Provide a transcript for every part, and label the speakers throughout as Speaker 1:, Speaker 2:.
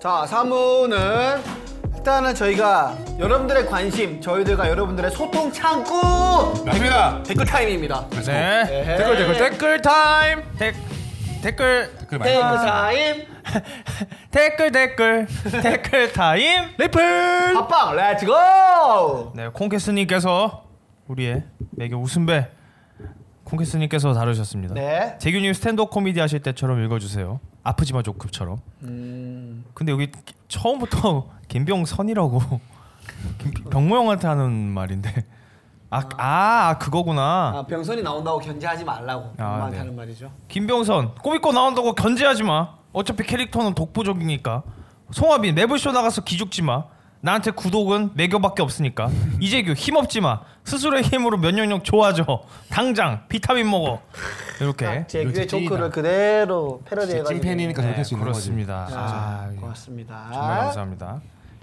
Speaker 1: 자, 3호는 일단은 저희가 여러분들의 관심, 저희들과 여러분들의 소통 창구
Speaker 2: 갑니다.
Speaker 1: 댓글 타임입니다.
Speaker 2: 네.
Speaker 1: 에헤이.
Speaker 2: 댓글 댓글 댓글
Speaker 3: 댓글 타임. 댓 댓글
Speaker 2: 댓글
Speaker 1: 댓글
Speaker 2: 많이.
Speaker 1: 타임.
Speaker 3: 댓글 댓글 댓글 타임. 리플.
Speaker 1: 팟빵 렛츠고!
Speaker 3: 네, 콩캐스님께서 우리의 매개 웃음배 콩캐스님께서 다루셨습니다.
Speaker 1: 네.
Speaker 3: 재규님 스탠드업 코미디 하실 때처럼 읽어주세요. 아프지마 조급처럼.
Speaker 1: 음.
Speaker 3: 근데 여기 처음부터 김병선이라고 김- 병모 형한테 하는 말인데 아, 아, 아, 그거구나.
Speaker 1: 아, 병선이 나온다고 견제하지 말라고
Speaker 3: 아,
Speaker 1: 엄마한테
Speaker 3: 네.
Speaker 1: 하는 말이죠.
Speaker 3: 김병선 꼬미꼬 나온다고 견제하지 마. 어차피 캐릭터는 독보적이니까. 송하빈 매블쇼 나가서 기죽지 마. 나한테 구독은 매겨밖에 없으니까. 이재규 힘없지 마. 스스로의 힘으로 면역력 좋아져. 당장 비타민 먹어. 이렇게.
Speaker 1: 제
Speaker 2: 이거
Speaker 1: 귀의
Speaker 2: 아, 진짜
Speaker 1: 조크를 그대로
Speaker 2: 진짜
Speaker 1: 패러디해가지고.
Speaker 2: 찐팬이니까 저렇게
Speaker 3: 네,
Speaker 2: 할 수 있는 거지.
Speaker 3: 그렇습니다.
Speaker 1: 아,
Speaker 3: 아,
Speaker 1: 고맙습니다.
Speaker 3: 정말 감사합니다.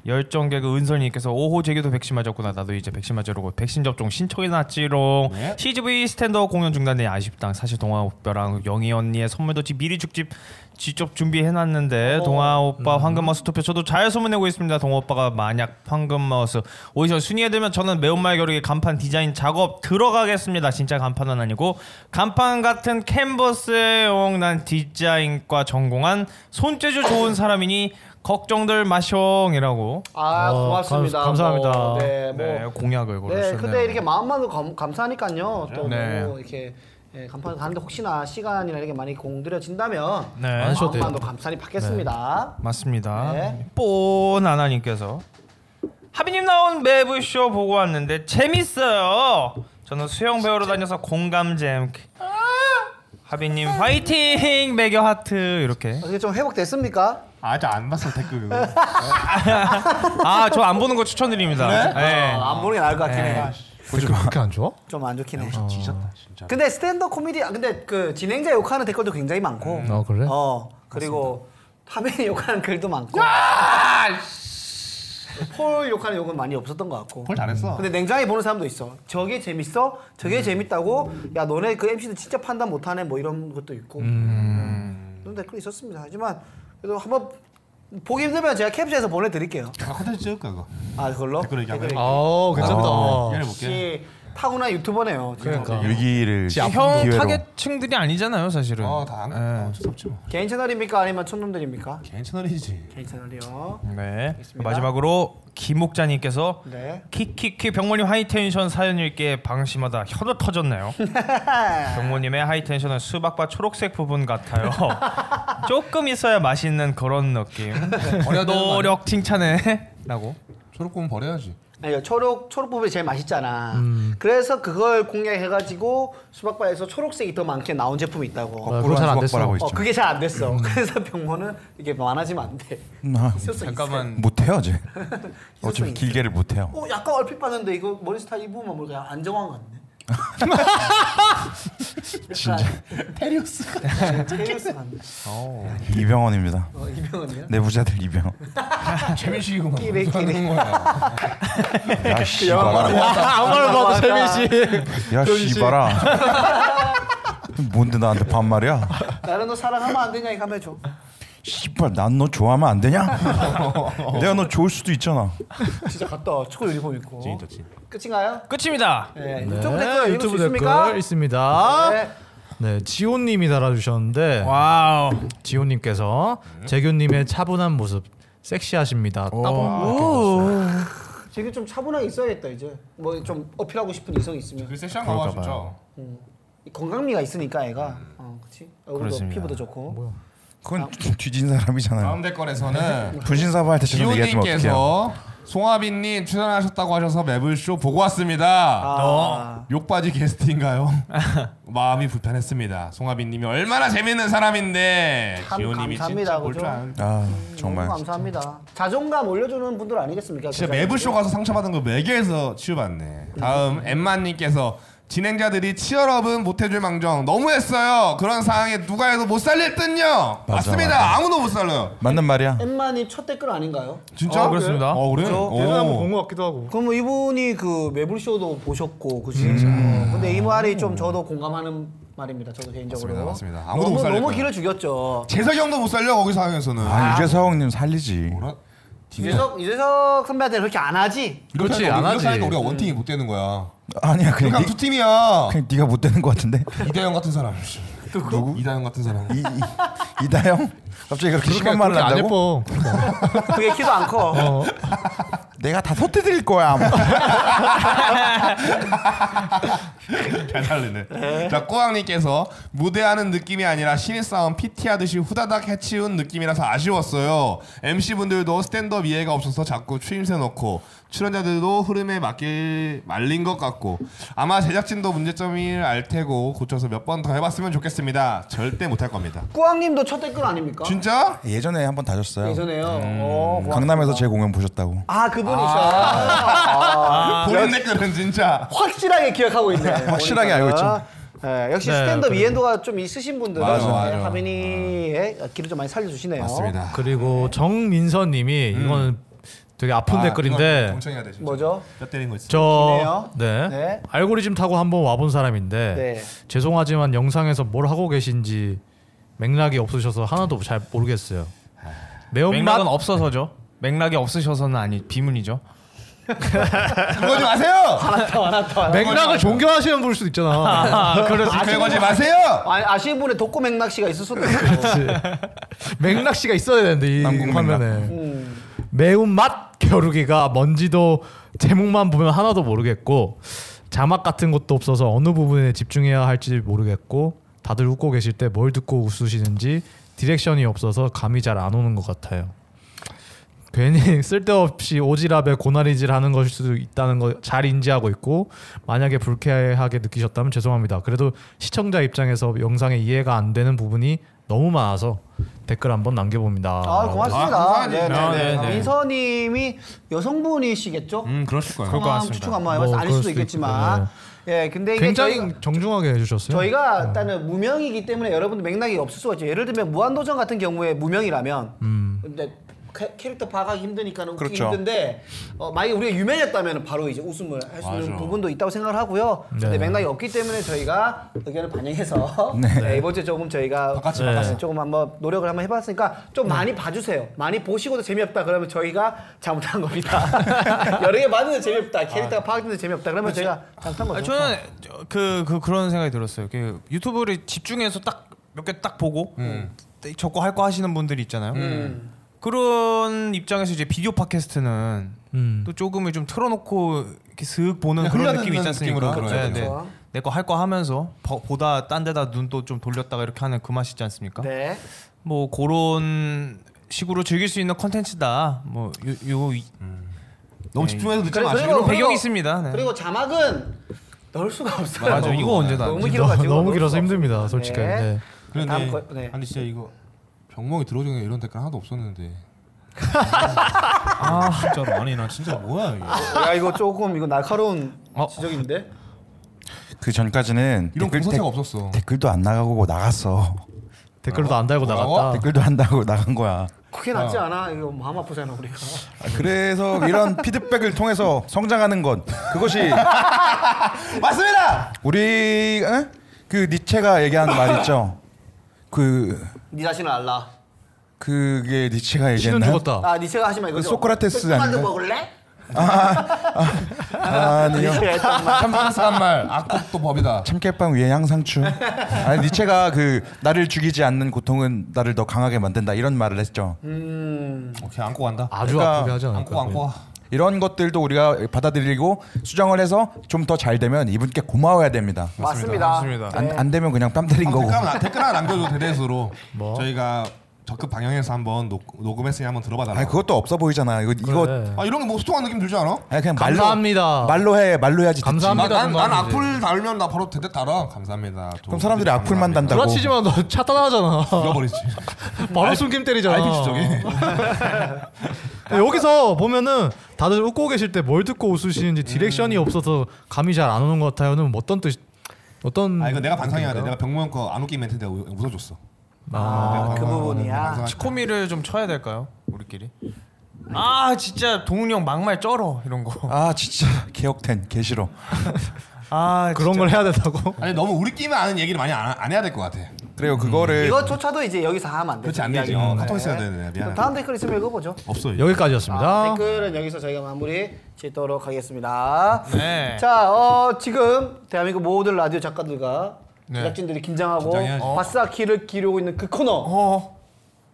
Speaker 3: 열정 개그 은설님께서 오호 제규도 백신 맞았구나 나도 이제 백신 맞으려고 백신 접종 신청해놨지롱
Speaker 2: 네.
Speaker 3: CGV 스탠더 공연 중단에 아쉽당 사실 동아 오빠랑 영희 언니의 선물도치 미리 죽집 직접 준비해놨는데 동아 오빠 황금마우스 투표 저도 잘 소문내고 있습니다 동아 오빠가 만약 황금마우스 오디션 순위에 들면 저는 매운말 겨루기 간판 디자인 작업 들어가겠습니다 진짜 간판은 아니고 간판 같은 캔버스에 용난 디자인과 전공한 손재주 좋은 사람이니 걱정들 마숑이라고
Speaker 1: 아,
Speaker 4: 어,
Speaker 1: 고맙습니다.
Speaker 4: 감- 감사합니다.
Speaker 1: 뭐, 네, 뭐
Speaker 3: 네, 공약을
Speaker 1: 네,
Speaker 3: 걸으셨네요.
Speaker 1: 근데 이렇게 마음만으로 감, 감사하니까요. 또
Speaker 3: 네.
Speaker 1: 뭐 이렇게 예, 간판을 가는데 혹시나 시간이나 이렇게 많이 공들여진다면
Speaker 3: 네.
Speaker 1: 네.
Speaker 3: 안
Speaker 4: 하셔도 돼요.
Speaker 1: 마음만도 감사히 받겠습니다.
Speaker 3: 맞습니다.
Speaker 1: 네.
Speaker 3: 뽀나나님께서 하빈님 나온 매부쇼 보고 왔는데 재밌어요. 저는 수영 배우러 다녀서 공감잼. 하빈님 화이팅 매겨 하트 이렇게.
Speaker 1: 어떻게 좀 회복됐습니까?
Speaker 2: 아직 안 봤어 댓글. 그거.
Speaker 3: 아 저 안 보는 거 추천드립니다. 네.
Speaker 1: 아, 안 보는 게 나을 것 같긴
Speaker 3: 네.
Speaker 1: 해.
Speaker 4: 댓글 그렇게 안 좋아?
Speaker 1: 좀 안 좋긴 해.
Speaker 2: 지쳤다 진짜.
Speaker 1: 근데 스탠더 코미디 아, 근데 그 진행자 욕하는 댓글도 굉장히 많고.
Speaker 4: 아, 그래?
Speaker 1: 어 그리고 하빈이 욕하는 글도 많고. 폴 욕하는 욕은 많이 없었던 것 같고.
Speaker 2: 뭘 잘했어.
Speaker 1: 근데 냉장에 보는 사람도 있어. 저게 재밌어?
Speaker 4: 음.
Speaker 1: 저게 재밌다고? 야 너네 그 MC는 진짜 판단 못하네 뭐 이런 것도 있고.
Speaker 4: 음.
Speaker 1: 그런 댓글이 있었습니다. 하지만 그래도 한번 보기 힘들면 제가 캡처해서 보내드릴게요.
Speaker 2: 아 컨텐츠 찍을까 그거.
Speaker 1: 아 그걸로?
Speaker 2: 댓글 얘기 안 해요?
Speaker 4: 아, 괜찮다.
Speaker 3: 어.
Speaker 2: 얘를 볼게. 어.
Speaker 1: 역시 타고난 유튜버네요. 진짜.
Speaker 4: 그러니까.
Speaker 5: 위기를
Speaker 4: 지 아픈
Speaker 3: 형
Speaker 5: 기회로.
Speaker 3: 타겟층들이 아니잖아요 사실은. 네.
Speaker 2: 어다안 가. 어쩔 수 없지 뭐.
Speaker 1: 개인 채널입니까 아니면 촌놈들입니까?
Speaker 2: 개인 채널이지.
Speaker 1: 개인 채널이요.
Speaker 3: 네.
Speaker 1: 알겠습니다.
Speaker 3: 마지막으로 김옥자님께서
Speaker 1: 네.
Speaker 3: 키키키 병모님 하이텐션 사연 읽기에 방심하다 혀도 터졌네요. 병모님의 하이텐션은 수박과 초록색 부분 같아요. 조금 있어야 맛있는 그런 느낌.
Speaker 1: 네.
Speaker 2: 버려야 되는 거 아니야?
Speaker 3: 노력 칭찬해라고.
Speaker 2: 초록곰 버려야지.
Speaker 1: 아니요 초록 초록부분이 제일 맛있잖아.
Speaker 4: 음.
Speaker 1: 그래서 그걸 공략해가지고 수박바에서 초록색이 더 많게 나온 제품이 있다고.
Speaker 4: 아, 그거 잘안 됐어.
Speaker 5: 수박바라고
Speaker 1: 어,
Speaker 5: 있죠.
Speaker 1: 그게 잘 안 됐어.
Speaker 4: 음.
Speaker 1: 그래서 병원은 이게 많아지면 안 돼.
Speaker 5: 아,
Speaker 1: 있을 수 있어.
Speaker 5: 못해요, 제. 어차피
Speaker 1: 있어요.
Speaker 5: 길게를 못해요.
Speaker 1: 어, 약간 얼핏 봤는데 이거 머리 스타일 입으면 뭐 그냥 안정환 같네. 진짜 테리우스 테리우스 같네.
Speaker 2: 어.
Speaker 5: 이병헌입니다.
Speaker 1: 어, 이병헌이요?
Speaker 5: 내부자들 이병헌.
Speaker 2: 최민식이구만.
Speaker 1: 끼래, 끼래.
Speaker 2: 거야.
Speaker 5: 야, 씨발아.
Speaker 4: 아무나 봐도 재민 씨.
Speaker 5: 야, 씨발아. 뭔데 나한테 반말이야?
Speaker 1: 나는 너 사랑하면 안 되냐 이거 하면 줘.
Speaker 5: 씨발, 난 너 좋아하면 안 되냐? 내가 너 좋을 수도 있잖아.
Speaker 1: 진짜 갔다 축구 유니폼 입고.
Speaker 2: 좋지.
Speaker 1: 끝인가요?
Speaker 3: 끝입니다.
Speaker 1: 네,
Speaker 4: 네,
Speaker 1: 유튜브 댓글 읽을 수
Speaker 4: 유튜브
Speaker 1: 있습니까?
Speaker 4: 댓글 있습니다.
Speaker 1: 네.
Speaker 4: 네, 지호님이 달아주셨는데
Speaker 3: 와우.
Speaker 4: 지호님께서
Speaker 2: 네.
Speaker 4: 재규님의 차분한 모습 섹시하십니다. 따봉.
Speaker 1: 되게 좀 차분하게 있어야겠다 이제 뭐 좀 어필하고 싶은 이성이 있으면
Speaker 2: 섹시한 거 봐, 진짜.
Speaker 1: 이 건강미가 있으니까 애가
Speaker 2: 음.
Speaker 1: 어 그치 얼굴도
Speaker 3: 그렇습니다.
Speaker 1: 피부도 좋고
Speaker 5: 그건 뒤진 사람이잖아요.
Speaker 2: 다음 댓글에서는
Speaker 5: 분신사바한테 저런 얘기하면 어떡해요?
Speaker 2: 지호님께서 송하빈님 출연하셨다고 하셔서 매블쇼 보고 왔습니다.
Speaker 1: 아.
Speaker 2: 욕받이 게스트인가요? 마음이 불편했습니다. 송하빈님이 얼마나 재밌는 사람인데
Speaker 1: 참
Speaker 2: 지호님이
Speaker 1: 감사합니다,
Speaker 2: 진짜 볼 줄
Speaker 1: 그죠?
Speaker 2: 아는.
Speaker 5: 아,
Speaker 1: 정말
Speaker 5: 정말.
Speaker 1: 감사합니다 자존감 올려주는 분들 아니겠습니까
Speaker 2: 진짜
Speaker 1: 그
Speaker 2: 매블쇼 가서 상처받은 거 매개에서 치유받네. 다음 엠마님께서 진행자들이 치열업은 못해줄 망정 너무했어요. 그런 상황에 누가 해도 못 살릴 듯요.
Speaker 5: 맞아,
Speaker 2: 맞습니다.
Speaker 5: 맞아.
Speaker 2: 아무도못 살려요.
Speaker 5: 맞는 말이야.
Speaker 1: 엠마님 첫 댓글 아닌가요?
Speaker 2: 진짜?
Speaker 3: 어, 그렇습니다.
Speaker 2: 어 그래?
Speaker 4: 대단한
Speaker 2: 오.
Speaker 4: 본것 같기도 하고.
Speaker 1: 그럼
Speaker 2: 음.
Speaker 1: 이분이 그 매불쇼도 보셨고 그치? 어, 근데 이 말이 좀 저도 공감하는 말입니다. 저도 개인적으로
Speaker 2: 맞습니다, 맞습니다. 아무도 못
Speaker 1: 너무
Speaker 2: 살릴
Speaker 1: 너무
Speaker 2: 거야.
Speaker 1: 길을 죽였죠.
Speaker 2: 재석이 형도 못 살려 거기 상황에서는.
Speaker 5: 아, 유재석님 살리지.
Speaker 2: 뭐라?
Speaker 1: 이재석 이재석 선배한테 그렇게 안 하지.
Speaker 4: 그렇지, 안 하지. 음.
Speaker 2: 이렇게 하니까 우리가 원팀이 못 되는 거야.
Speaker 5: 아니야 그냥
Speaker 2: 그러니까
Speaker 5: 니,
Speaker 2: 두 팀이야.
Speaker 5: 그냥 네가 못 되는 것 같은데.
Speaker 4: 그-
Speaker 2: 이다영 같은 사람. 누구? 이다영 같은 사람.
Speaker 5: 이, 이, 이다영 갑자기 그렇게 심한 말을
Speaker 4: 안
Speaker 5: 한다고?
Speaker 4: 예뻐.
Speaker 1: 그게 키도 안 커.
Speaker 2: 어.
Speaker 5: 내가 다 소태드릴 거야. 뭐. 아마.
Speaker 2: 잘 달리네. 자, 꼬왕님께서 무대하는 느낌이 아니라 신입사원 PT 하듯이 후다닥 해치운 느낌이라서 아쉬웠어요. MC분들도 스탠드업 이해가 없어서 자꾸 추임새 넣고 출연자들도 흐름에 맞길 말린 것 같고 아마 제작진도 문제점을 알 테고 고쳐서 몇 번 더 해봤으면 좋겠습니다. 절대 못할 겁니다.
Speaker 1: 꾸왕님도 첫 댓글 아닙니까?
Speaker 2: 진짜?
Speaker 5: 예전에 한번 다녔어요.
Speaker 1: 예전에요.
Speaker 2: 음.
Speaker 1: 어, 고맙습니다.
Speaker 5: 강남에서 제 공연 보셨다고.
Speaker 1: 아 그분이셔. 아.
Speaker 2: 보는 댓글은 진짜.
Speaker 1: 확실하게 기억하고 있네.
Speaker 5: 확실하게 알고 있죠.
Speaker 1: 예, 역시
Speaker 4: 네,
Speaker 1: 스탠드업
Speaker 4: 그래요.
Speaker 1: 이해도가 좀 있으신 분들은
Speaker 2: 맞아, 맞아.
Speaker 1: 하빈이의 길을 좀 많이 살려주시네요.
Speaker 2: 맞습니다.
Speaker 4: 어? 그리고 정민서님이
Speaker 2: 음.
Speaker 4: 이건 되게 아픈 댓글인데
Speaker 2: 동청해야 돼. 진짜.
Speaker 1: 뭐죠?
Speaker 2: 뼈 때린 거 있어.
Speaker 4: 저
Speaker 1: 기네요.
Speaker 4: 네.
Speaker 1: 네.
Speaker 4: 알고리즘 타고 한번 와본 사람인데
Speaker 1: 네.
Speaker 4: 죄송하지만 영상에서 뭘 하고 계신지 맥락이 없으셔서 하나도 잘 모르겠어요.
Speaker 2: 아.
Speaker 4: 매운맛
Speaker 3: 맥락은 없어서죠. 맥락이 없으셔서는 아니 비문이죠.
Speaker 2: 그러지 마세요.
Speaker 4: 맥락을 존경하시는 분일 수도 아, 있잖아.
Speaker 2: 그러지 마세요.
Speaker 1: 아, 아시는 분의 독고 맥락 씨가 있을 수도 있고.
Speaker 4: 맥락 씨가 있어야 되는데 이
Speaker 5: 남궁 맥락.
Speaker 4: 화면에
Speaker 1: 음.
Speaker 4: 매운맛 겨루기가 뭔지도 제목만 보면 하나도 모르겠고 자막 같은 것도 없어서 어느 부분에 집중해야 할지 모르겠고 다들 웃고 계실 때 뭘 듣고 웃으시는지 디렉션이 없어서 감이 잘 안 오는 것 같아요. 괜히 쓸데없이 오지랖에 고나리질 하는 것일 수도 있다는 거 잘 인지하고 있고 만약에 불쾌하게 느끼셨다면 죄송합니다. 그래도 시청자 입장에서 영상에 이해가 안 되는 부분이 너무 많아서 댓글 한번 남겨봅니다.
Speaker 1: 아, 고맙습니다.
Speaker 2: 아,
Speaker 1: 네, 네, 네.
Speaker 3: 아, 네, 네.
Speaker 1: 민서님이 여성분이시겠죠?
Speaker 3: 음 그러실 거예요.
Speaker 1: 상황 추측 한번 해봤어.
Speaker 4: 뭐,
Speaker 1: 아닐
Speaker 4: 그럴
Speaker 1: 수도
Speaker 4: 수도
Speaker 1: 있겠지만.
Speaker 4: 있고,
Speaker 1: 예, 근데 이게
Speaker 4: 굉장히
Speaker 1: 저희가,
Speaker 4: 정중하게 음. 해주셨어요.
Speaker 1: 저희가 일단은 무명이기 때문에 여러분들 맥락이 없을 수가 있죠. 예를 들면 무한도전 같은 경우에 무명이라면, 근데 캐- 캐릭터 파악하기 힘드니까 웃기
Speaker 5: 그렇죠.
Speaker 1: 힘든데 어, 만약에 우리가 유명했다면 바로 이제 웃음을 할 수 있는
Speaker 2: 맞아.
Speaker 1: 부분도 있다고 생각을 하고요. 근데
Speaker 4: 네.
Speaker 1: 맥락이 없기 때문에 저희가 의견을 반영해서 네, 이번 주에 조금 저희가
Speaker 2: 바깥이
Speaker 1: 네.
Speaker 2: 바깥이.
Speaker 1: 조금 한번 노력을 한번 해봤으니까 좀 많이 봐주세요. 많이 보시고도 재미없다 그러면 저희가 잘못한 겁니다. 여러 개 봤는데 재미없다. 캐릭터가 파악됐는데 재미없다 그러면 저희가 잘못한 거죠.
Speaker 3: 아, 저는 그, 그 그런 생각이 들었어요. 그 유튜브를 집중해서 딱 몇 개 딱 보고
Speaker 2: 음.
Speaker 3: 저거 할 거 하시는 분들이 있잖아요.
Speaker 1: 음.
Speaker 3: 그런 입장에서 이제 비디오 팟캐스트는
Speaker 4: 음.
Speaker 3: 또 조금을 좀 틀어놓고 이렇게 슥 보는 그런
Speaker 2: 흘러듣는
Speaker 3: 느낌이 있지 않습니까?
Speaker 2: 느낌으로
Speaker 1: 그렇죠,
Speaker 2: 들어야 돼요.
Speaker 3: 내거 할 거 하면서 버- 보다 딴 데다 눈 또 좀 돌렸다가 이렇게 하는 그 맛이지 않습니까?
Speaker 1: 네.
Speaker 3: 뭐 그런 식으로 즐길 수 있는 컨텐츠다. 뭐 요요
Speaker 2: 너무
Speaker 3: 네.
Speaker 2: 집중해서 듣지
Speaker 1: 그래,
Speaker 2: 마시고.
Speaker 1: 그리고-
Speaker 3: 배경 이 있습니다. 네.
Speaker 1: 그리고 자막은 넣을 수가 없어요.
Speaker 3: 맞아, 이거 언제 나-
Speaker 1: 너무 길어가지고
Speaker 4: 너무
Speaker 1: 넣을
Speaker 4: 길어서
Speaker 1: 수가
Speaker 4: 힘듭니다,
Speaker 1: 없어요.
Speaker 4: 솔직히. 네.
Speaker 2: 그런데
Speaker 1: 다음 거- 네.
Speaker 2: 아니 진짜 이거 병목이 들어오는 이런 댓글 하나도 없었는데.
Speaker 3: 아 진짜로
Speaker 2: 아니 나 진짜 뭐야 이게.
Speaker 1: 야 이거 조금 이거 날카로운
Speaker 3: 어.
Speaker 1: 지적인데.
Speaker 5: 그 전까지는
Speaker 2: 이런 공사체가 없었어.
Speaker 5: 댓글도 안 나가고 나갔어.
Speaker 4: 댓글도 안 달고
Speaker 2: 뭐라고?
Speaker 1: 어?
Speaker 4: 나갔다.
Speaker 5: 댓글도 한다고 나간 거야.
Speaker 1: 그게 낫지 않아? 이거 마음 아프잖아 우리가.
Speaker 5: 아, 그래서 이런 피드백을 통해서 성장하는 건 그것이
Speaker 2: 맞습니다.
Speaker 5: 우리 에? 그 니체가 얘기한 말 있죠. 그
Speaker 1: 네 자신을 알라.
Speaker 5: 그게 니체가
Speaker 4: 신은
Speaker 5: 얘기했나?
Speaker 4: 죽었다.
Speaker 1: 아 니체가 하지 마 이거.
Speaker 5: 소크라테스 아닌가?
Speaker 1: 먹을래?
Speaker 5: 아니요.
Speaker 1: 니체가 했단 말.
Speaker 2: 참한 말 악독도 법이다.
Speaker 5: 참깨빵 위에 향상추. 아니 니체가 그 나를 죽이지 않는 고통은 나를 더 강하게 만든다 이런 말을 했죠.
Speaker 2: 오케이 안고 간다.
Speaker 4: 아주
Speaker 5: 그러니까
Speaker 4: 아프게 하지 않을까.
Speaker 2: 안고 안고. 와.
Speaker 5: 이런 것들도 우리가 받아들이고 수정을 해서 좀 더 잘 되면 이분께 고마워야 됩니다.
Speaker 1: 맞습니다.
Speaker 3: 맞습니다.
Speaker 5: 안,
Speaker 4: 네.
Speaker 5: 안 되면 그냥 뺨 때린
Speaker 2: 아,
Speaker 5: 거고.
Speaker 2: 댓글 하나, 댓글 하나 남겨줘 대대수로.
Speaker 4: 뭐?
Speaker 2: 저희가 적극 방영해서 한번 녹, 녹음했으니 한번 들어봐달라.
Speaker 5: 아 그것도 없어 보이잖아. 이거 이거
Speaker 4: 그래.
Speaker 2: 아 이런 게뭐 소통한 느낌 들지 않아?
Speaker 5: 아니, 그냥 말로
Speaker 4: 감사합니다.
Speaker 5: 말로 해 말로 해야지. 듣지.
Speaker 4: 감사합니다.
Speaker 2: 난, 난
Speaker 4: 감사합니다.
Speaker 2: 악플 달면 나 바로 대대 달아. 감사합니다.
Speaker 5: 그럼 사람들이 악플만 단다고.
Speaker 4: 그라치지만 너 차단하잖아.
Speaker 2: 잃어버리지.
Speaker 4: 바로 숨김 때리잖아. 어. 네,
Speaker 2: IP 지적이.
Speaker 4: 여기서 보면은 다들 웃고 계실 때 뭘 듣고 웃으시는지
Speaker 2: 음.
Speaker 4: 디렉션이 없어서 감이 잘 안 오는 것 같아요는 뭐 어떤 뜻? 어떤?
Speaker 2: 아 이거 내가 반성해야 돼. 내가 병모형 거안 웃긴 멘트 내가 웃- 웃어줬어.
Speaker 1: 아,
Speaker 2: 네,
Speaker 1: 그 부분이야.
Speaker 3: 치코미를 좀 쳐야 될까요? 우리끼리. 아 진짜 동훈이 형 막말 쩔어 이런 거.
Speaker 5: 아 진짜 개혁된 개싫어.
Speaker 3: 아
Speaker 4: 그런 걸 해야 된다고?
Speaker 2: 아니 너무 우리끼리만 아는 얘기를 많이 안, 안 해야 될 것 같아.
Speaker 5: 그래요 그거를
Speaker 1: 이거조차도 이제 여기서 하면 안 돼.
Speaker 2: 그렇지 안 되지. 어, 카톡 있어야 되네. 미안.
Speaker 1: 다음 댓글 있으면 읽어보죠.
Speaker 2: 없어. 이제.
Speaker 4: 여기까지였습니다.
Speaker 2: 아. 네,
Speaker 1: 댓글은 네, 여기서 저희가 마무리 짓도록 하겠습니다.
Speaker 3: 네.
Speaker 1: 자, 어, 지금 대한민국 모든 라디오 작가들과
Speaker 3: 네.
Speaker 1: 제작진들이 긴장하고
Speaker 2: 긴장해야지. 어.
Speaker 1: 바스아키를 기르고 있는 그 코너.
Speaker 2: 어.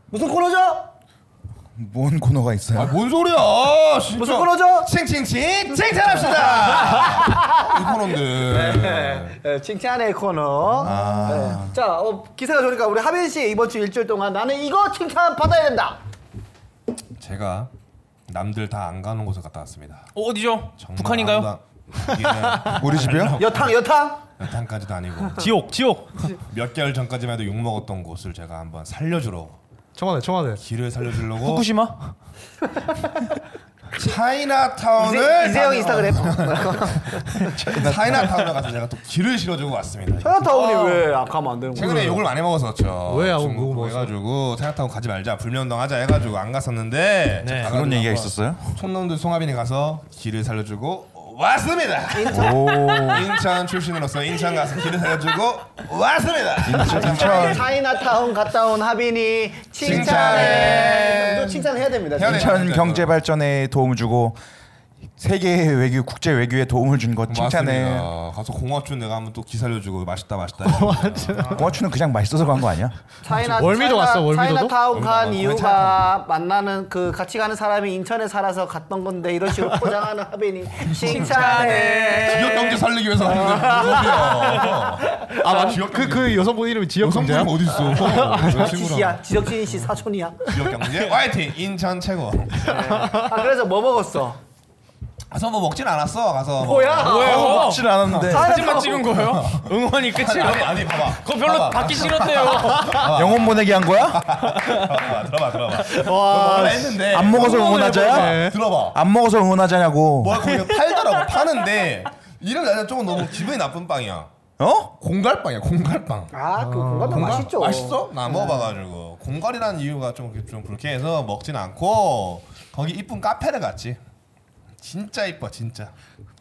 Speaker 1: 무슨 코너죠?
Speaker 5: 뭔 코너가 있어요?
Speaker 2: 아뭔 소리야? 진짜.
Speaker 1: 무슨 코너죠?
Speaker 2: 칭칭칭 칭찬합시다. 이 코너인데.
Speaker 1: 네, 칭찬의 코너.
Speaker 2: 아.
Speaker 1: 네. 자, 어, 기사가 좋으니까 우리 하빈 씨 이번 주 일주일 동안 나는 이거 칭찬 받아야 된다.
Speaker 2: 제가 남들 다 안 가는 곳에 갔다 왔습니다.
Speaker 3: 어, 어디죠?
Speaker 2: 정말
Speaker 3: 북한인가요?
Speaker 2: 아무도 안- 여기는
Speaker 5: 우리 집이요?
Speaker 1: 여탕, 여탕.
Speaker 2: 여탄까지도 아니고
Speaker 3: 지옥 지옥.
Speaker 2: 몇 개월 전까지만 해도 욕 먹었던 곳을 제가 한번 살려주려고
Speaker 4: 청와대 청와대.
Speaker 2: 길을 살려주려고
Speaker 3: 후쿠시마?
Speaker 2: 차이나타운을
Speaker 1: 이재, 이재영
Speaker 2: 다녀-
Speaker 1: 인스타그램.
Speaker 2: 차이나타운에 가서 제가 또 길을 실어주고 왔습니다.
Speaker 1: 현아타운이 왜 가면 안 되는 거야?
Speaker 2: 최근에 욕을 많이 먹었었죠.
Speaker 4: 왜 하고
Speaker 2: 중국
Speaker 4: 욕을 먹었어요?
Speaker 2: 해가지고 차이나타운 가지 말자 불면운동하자 해가지고 안 갔었는데
Speaker 3: 네.
Speaker 2: 제가
Speaker 5: 그런
Speaker 2: 가가지고
Speaker 5: 얘기가
Speaker 2: 한번
Speaker 5: 있었어요?
Speaker 2: 촌놈들 송하빈이 가서 길을 살려주고 왔습니다.
Speaker 5: 오
Speaker 2: 인천 출신으로서 인천 가서 길을 살려주고 왔습니다.
Speaker 5: 인천
Speaker 1: 차이나타운 갔다 온 하빈이 칭찬해.
Speaker 2: 칭찬해.
Speaker 1: 또 칭찬해야 됩니다.
Speaker 2: 해야
Speaker 1: 진짜.
Speaker 2: 돼요.
Speaker 5: 인천 경제 발전에 도움을 주고 세계 외교 국제 외교에 도움을 준 것 칭찬해.
Speaker 2: 맞습니다. 가서 공화춘 내가 한번 또 기살려주고 맛있다 맛있다.
Speaker 5: 아. 공화춘은 그냥 맛있어서 간 거 아니야?
Speaker 1: 차이나
Speaker 4: 월미도
Speaker 1: 차이나-
Speaker 4: 갔어, 월미도도?
Speaker 1: 차이나타운
Speaker 2: 월미도
Speaker 1: 간
Speaker 2: 갔어.
Speaker 1: 이유가 만나는 그 같이 가는 사람이 인천에 살아서 갔던 건데 이런 식으로 포장하는 하빈이 칭찬해.
Speaker 2: 지역 경제 살리기 위해서 하는 거 무섭이야.
Speaker 4: 아 맞.
Speaker 2: 지역
Speaker 4: 그그
Speaker 2: 경제.
Speaker 4: 여성분 이름이 지역
Speaker 2: 여성분이 아,
Speaker 4: 경제야?
Speaker 2: 어디 있어? 왜 네. 친구랑.
Speaker 1: 아, 지씨야, 지적진 씨 사촌이야.
Speaker 2: 지역 경제 화이팅 인천 최고.
Speaker 1: 아 그래서 뭐 먹었어?
Speaker 2: 가서 뭐 먹진 않았어. 가서 뭐.
Speaker 1: 뭐야?
Speaker 3: 뭐예요?
Speaker 5: 먹진 않았는데
Speaker 3: 사진만 찍은 거예요? 응원이 끝이에요?
Speaker 2: 아니, 아니 봐봐.
Speaker 3: 그거 별로
Speaker 2: 봐봐.
Speaker 3: 받기 싫었대요.
Speaker 5: 영혼 보내기 한 거야?
Speaker 2: 봐봐, 들어봐 들어봐.
Speaker 4: 와.
Speaker 1: 아,
Speaker 2: 뭐라 했는데 뭐
Speaker 5: 안 먹어서
Speaker 4: 보내.
Speaker 5: 응원하자야?
Speaker 2: 들어봐.
Speaker 5: 안 먹어서 응원하자냐고.
Speaker 2: 뭐야 거기서 팔더라고 파는데 이런 날짜 조금 너무 기분이 나쁜 빵이야.
Speaker 5: 어?
Speaker 2: 공갈빵이야 공갈빵.
Speaker 1: 아그 공간도
Speaker 2: 공갈?
Speaker 1: 맛있죠.
Speaker 2: 맛있어? 나 안 먹어봐가지고 공갈이라는 이유가 좀, 이렇게 좀 불쾌해서 먹진 않고 거기 이쁜 카페를 갔지 진짜 이뻐 진짜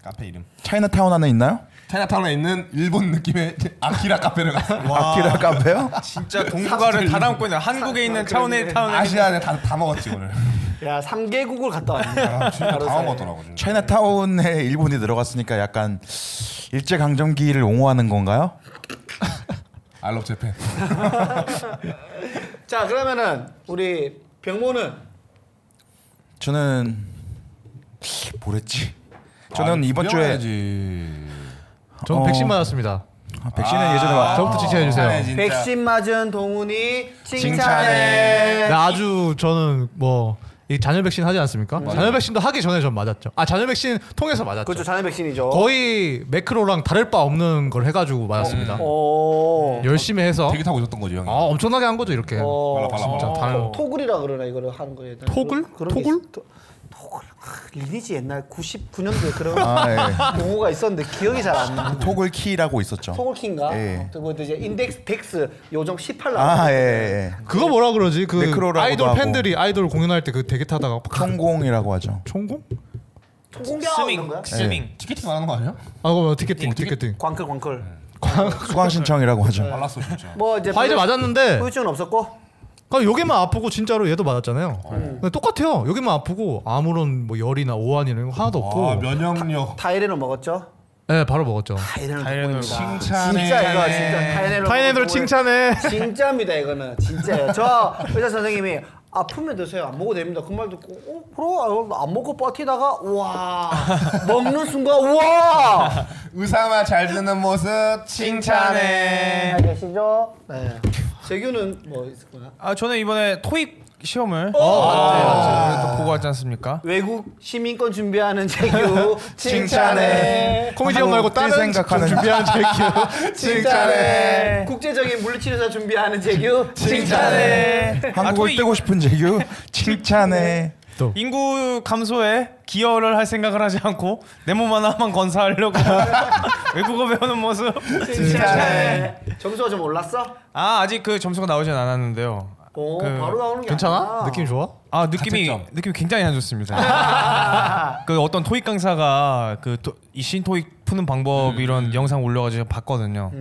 Speaker 2: 카페 이름
Speaker 5: 차이나타운 안에 있나요?
Speaker 2: 차이나타운에 있는 일본 느낌의 아키라 카페를 갔어
Speaker 5: 아키라 카페요?
Speaker 3: 진짜 동북아를 다 담고 있는 한국에 있는 차원의 타운에
Speaker 2: 아시아에 다, 다 먹었지 오늘
Speaker 1: 야 3개국을 갔다 왔네.
Speaker 2: 아, 진짜 다 먹었더라고 진짜.
Speaker 5: 차이나타운에 일본이 들어갔으니까 약간 일제 강점기를 옹호하는 건가요?
Speaker 2: I love Japan
Speaker 1: 자 그러면은 우리 병모는
Speaker 5: 저는 뭐랬지? 저는
Speaker 2: 아,
Speaker 5: 이번 주에
Speaker 2: 구경해야지.
Speaker 4: 저는
Speaker 5: 어.
Speaker 4: 백신 맞았습니다.
Speaker 5: 아, 백신은 예전에 맞.
Speaker 4: 저부터 칭찬해
Speaker 2: 칭찬해,
Speaker 4: 주세요.
Speaker 2: 아, 네, 진짜.
Speaker 1: 백신 맞은 동훈이 칭찬해.
Speaker 2: 칭찬해.
Speaker 5: 네.
Speaker 4: 나 아주 저는 뭐 이 잔여 백신 하지 않습니까?
Speaker 5: 네.
Speaker 4: 잔여 백신도 하기 전에 전 맞았죠. 아 잔여 백신 통해서 맞았죠.
Speaker 1: 그렇죠 자녀 백신이죠.
Speaker 4: 거의 매크로랑 다를 바 없는 걸 해가지고 맞았습니다.
Speaker 5: 어.
Speaker 1: 오.
Speaker 4: 열심히 해서
Speaker 2: 되게 타고 있었던 거지 형이
Speaker 4: 아 엄청나게 한 거죠 이렇게.
Speaker 1: 어.
Speaker 2: 빨라 빨라
Speaker 4: 진짜
Speaker 2: 빨라
Speaker 4: 다른.
Speaker 1: 토글이라 그러나 이거를 하는 거예요.
Speaker 4: 토글? 토글?
Speaker 1: 토글. 아, 리니지 옛날 99년도에 그런
Speaker 5: 아, 예.
Speaker 1: 용어가 있었는데 기억이 잘 안 나.
Speaker 5: 토글키라고 있었죠.
Speaker 1: 토글킹가?
Speaker 5: 예.
Speaker 1: 그리고 이제 인덱스 덱스 요정 18 나왔어.
Speaker 5: 아 예. 예.
Speaker 4: 그거 뭐라 그러지? 그
Speaker 5: 매크로라고도
Speaker 4: 아이돌
Speaker 5: 하고.
Speaker 4: 팬들이 아이돌 공연할 때 그 대게 타다가 팍-
Speaker 5: 총공이라고 하죠.
Speaker 4: 총공?
Speaker 1: 토공격 이런 거야?
Speaker 3: 스밍 스밍
Speaker 2: 티켓팅 말하는 거 아니야?
Speaker 4: 아 그거 티켓팅 티켓팅.
Speaker 1: 광클 광클.
Speaker 5: 수강 신청이라고 하죠.
Speaker 2: 빨랐어 진짜
Speaker 1: 뭐 이제
Speaker 4: 화이자 맞았는데
Speaker 5: 어,
Speaker 1: 후유증은 없었고.
Speaker 4: 그 여기만 아프고 진짜로 얘도 맞았잖아요.
Speaker 5: 어.
Speaker 4: 근데 똑같아요. 여기만 아프고 아무런 뭐 열이나 오한 이런 거 하나도
Speaker 2: 와
Speaker 4: 없고.
Speaker 2: 아, 면역력
Speaker 1: 다이레놀 먹었죠?
Speaker 4: 네 바로 먹었죠.
Speaker 1: 다이레놀
Speaker 3: 다이레놀
Speaker 1: 먹고 있습니다.
Speaker 2: 칭찬해.
Speaker 1: 진짜 이거 진짜 다이레놀.
Speaker 4: 타이네들
Speaker 1: 먹고
Speaker 4: 칭찬해.
Speaker 1: 진짜입니다 이거는 진짜예요 저 의사 선생님이 아프면 드세요 안 먹어도 됩니다 그 말 듣고 어 그럼 안 먹고 버티다가 우와 먹는 순간 우와
Speaker 2: 의사만 잘 듣는 모습 칭찬해.
Speaker 1: 계시죠? 네 재규는 뭐 있었구나
Speaker 3: 아 저는 이번에 토익 시험을
Speaker 1: 어,
Speaker 3: 아, 또 보고 왔지 않습니까?
Speaker 1: 외국 시민권 준비하는 재규 칭찬해
Speaker 2: 칭찬해.
Speaker 4: 코미디언 말고 다른
Speaker 5: 뜰 생각하는
Speaker 4: 준비한 제키.
Speaker 1: 칭찬해 국제적인 물리치료사 준비하는 재규 칭찬해
Speaker 5: 한국을
Speaker 3: 아,
Speaker 5: 뜨고 싶은 재규 칭찬해.
Speaker 4: 또
Speaker 3: 인구 감소에 기여를 할 생각을 하지 않고 내 몸 하나만 건사하려고 외국어 배우는 모습.
Speaker 1: 칭찬해 점수가 좀 올랐어?
Speaker 3: 아 아직 그 점수가 나오진 않았는데요.
Speaker 1: 오
Speaker 3: 그-
Speaker 1: 어, 바로 나오는 게
Speaker 4: 괜찮아?
Speaker 1: 아니야.
Speaker 4: 느낌 좋아?
Speaker 3: 아 느낌이
Speaker 2: 자책점.
Speaker 3: 느낌이 굉장히 안 좋습니다. 그 어떤 토익 강사가 그 이 신토익 푸는 방법 이런 영상 올려가지고 봤거든요.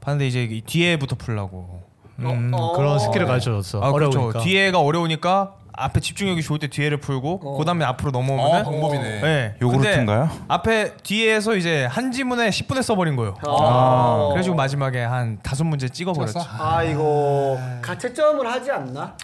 Speaker 3: 봤는데 이제 이 뒤에부터 풀라고.
Speaker 4: 음,
Speaker 1: 어, 어.
Speaker 4: 그런 스킬을 가르쳐줬어.
Speaker 3: 아,
Speaker 4: 어려우니까.
Speaker 3: 그렇죠. 뒤에가 어려우니까 앞에 집중력이 좋을 때 뒤에를 풀고 그다음에 앞으로
Speaker 2: 어,
Speaker 3: 넘어오면
Speaker 2: 방법이네.
Speaker 3: 네.
Speaker 5: 요구르트인가요?
Speaker 3: 근데 앞에 뒤에서 이제 한 지문에 10분에 써버린 거예요.
Speaker 1: 아.
Speaker 3: 그래가지고 마지막에 한 다섯 문제 어. 찍어버렸죠. 아.
Speaker 1: 아이고 가채점을 하지 않나?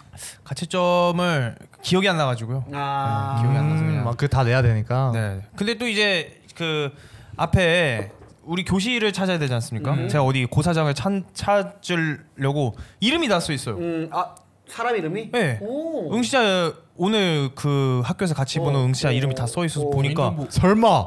Speaker 3: 가채점을 기억이 안 나가지고요.
Speaker 1: 아.
Speaker 3: 기억이 안 나서
Speaker 4: 음,
Speaker 3: 그냥.
Speaker 4: 막그다 내야 되니까.
Speaker 3: 네. 근데 또 이제 그 앞에 우리 교실을 찾아야 되지 않습니까? 제가 어디 고사장을 찾, 찾으려고 이름이 다 써 있어요.
Speaker 1: 음, 아 사람 이름이?
Speaker 3: 네.
Speaker 1: 오.
Speaker 3: 응시자 오늘 그 학교에서 같이 보는 응시자 이름이 다 써 있어서
Speaker 1: 어.
Speaker 2: 그러니까
Speaker 3: 보니까
Speaker 4: 설마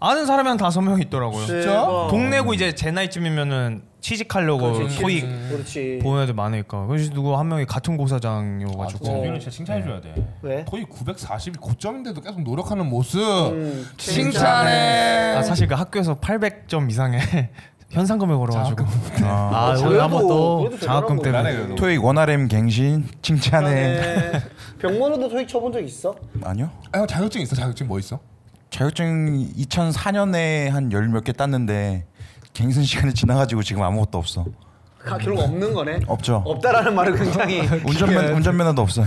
Speaker 3: 아는 사람이 한 다섯 명 있더라고요.
Speaker 1: 대박.
Speaker 3: 동네고 이제 제 나이쯤이면은 어. 취직하려고
Speaker 1: 그렇지,
Speaker 3: 소위
Speaker 1: 그렇지.
Speaker 3: 보는 애들 많으니까. 그래서 누구 한 명이 같은 고사장이어가지고.
Speaker 1: 어.
Speaker 2: 재민은 아, 진짜 칭찬해줘야 돼.
Speaker 1: 왜?
Speaker 2: 거의 940이 고점인데도 계속 노력하는 모습.
Speaker 1: 음,
Speaker 2: 칭찬해.
Speaker 3: 아 사실 그 학교에서 800점 이상의 현상금을 걸어가지고
Speaker 1: 음.
Speaker 4: 아, 오늘 한번 또
Speaker 3: 장학금
Speaker 2: 나네,
Speaker 3: 때문에.
Speaker 2: 그래도.
Speaker 5: 토익 원RM 갱신
Speaker 1: 아, 네.
Speaker 5: 칭찬해.
Speaker 1: 병원에도 토익 쳐본 적 있어?
Speaker 5: 아니요.
Speaker 2: 아, 형 자격증 있어? 자격증 뭐 있어?
Speaker 5: 자격증 2004년에 한 열 몇 개 땄는데 갱신 시간이 지나가지고 지금 아무것도 없어.
Speaker 1: 가, 결국 없는 거네.
Speaker 5: 없죠.
Speaker 1: 없다라는 말을 굉장히
Speaker 5: 운전면 운전면허도 없어요.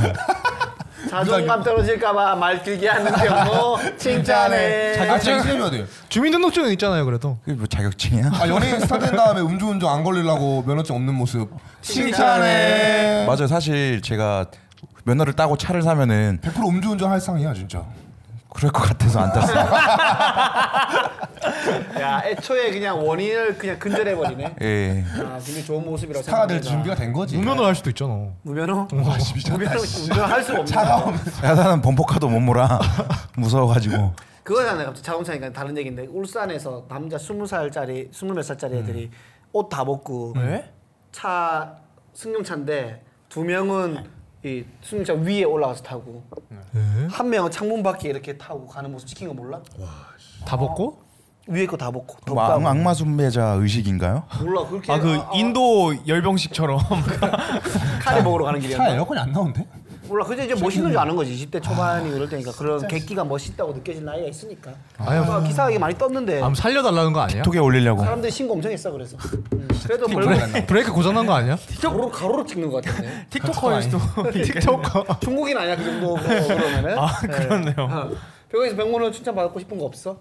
Speaker 1: 자존감 떨어질까봐 말 길게 하는 경우 칭찬해.
Speaker 2: 자격증 시험이 아, 어디?
Speaker 4: 주민등록증은 있잖아요. 그래도
Speaker 5: 그게 뭐 자격증이야?
Speaker 2: 아 연예인 스타 된 다음에 음주운전 안 걸리려고 면허증 없는 모습. 칭찬해.
Speaker 5: 맞아요. 사실 제가 면허를 따고 차를 사면은
Speaker 2: 100% 음주운전 할 상이야 진짜.
Speaker 5: 그럴 것 같아서 안 땄어요.
Speaker 1: 야, 애초에 그냥 원인을 그냥 근절해 버리네.
Speaker 5: 예.
Speaker 1: 아, 굉장히 좋은 모습이라고
Speaker 2: 스타가 될
Speaker 1: 생각합니다.
Speaker 2: 준비가 된 거지.
Speaker 4: 무면허 할 수도 있잖아.
Speaker 1: 무면허? 무면허 운전할 수가 없네.
Speaker 5: 야 나는 범퍼카도 못 몰아. 무서워가지고. 뭐
Speaker 1: 그거잖아요. 갑자기 자동차니까 다른 얘기인데 울산에서 남자 스무 살짜리 스무 몇 살짜리 애들이 옷 다 벗고 차 승용차인데 두 명은 이 승용차 위에 올라가서 타고 한 명은 창문 밖에 이렇게 타고 가는 모습 찍힌 거 몰라?
Speaker 3: 네.
Speaker 4: 다 벗고?
Speaker 1: 위에 거 다 벗고
Speaker 5: 뭐 악,
Speaker 1: 덥다고
Speaker 5: 악마 순배자 의식인가요?
Speaker 1: 몰라 그렇게
Speaker 3: 아 그러니까 그
Speaker 1: 아, 아,
Speaker 3: 인도 열병식처럼
Speaker 1: 카레 먹으러 가는
Speaker 2: 차
Speaker 1: 길이었나?
Speaker 2: 에어컨이 안 나온대?
Speaker 1: 몰라 그제 이제 멋있는 줄 아는 거지 20대 초반이 그럴 때니까 그런 객기가 멋있다고 느껴질 나이가 있으니까 아까 기사가 이게 많이 떴는데
Speaker 4: 아무 살려달라는 거 아니야?
Speaker 5: 톡에 올리려고.
Speaker 1: 사람들이 신고 엄청 했어 그래서
Speaker 5: 아,
Speaker 1: 음, 그래도 벌금
Speaker 4: 브레이크 고장난 거 아니야?
Speaker 1: 가로로, 가로로 찍는 것 같은데
Speaker 3: 틱톡커일 수도 틱톡
Speaker 1: 중국인 아니야 그 정도 그러면은
Speaker 3: 아, 그렇네요.
Speaker 1: 어. 병원에서 병원은 칭찬받고 싶은 거 없어?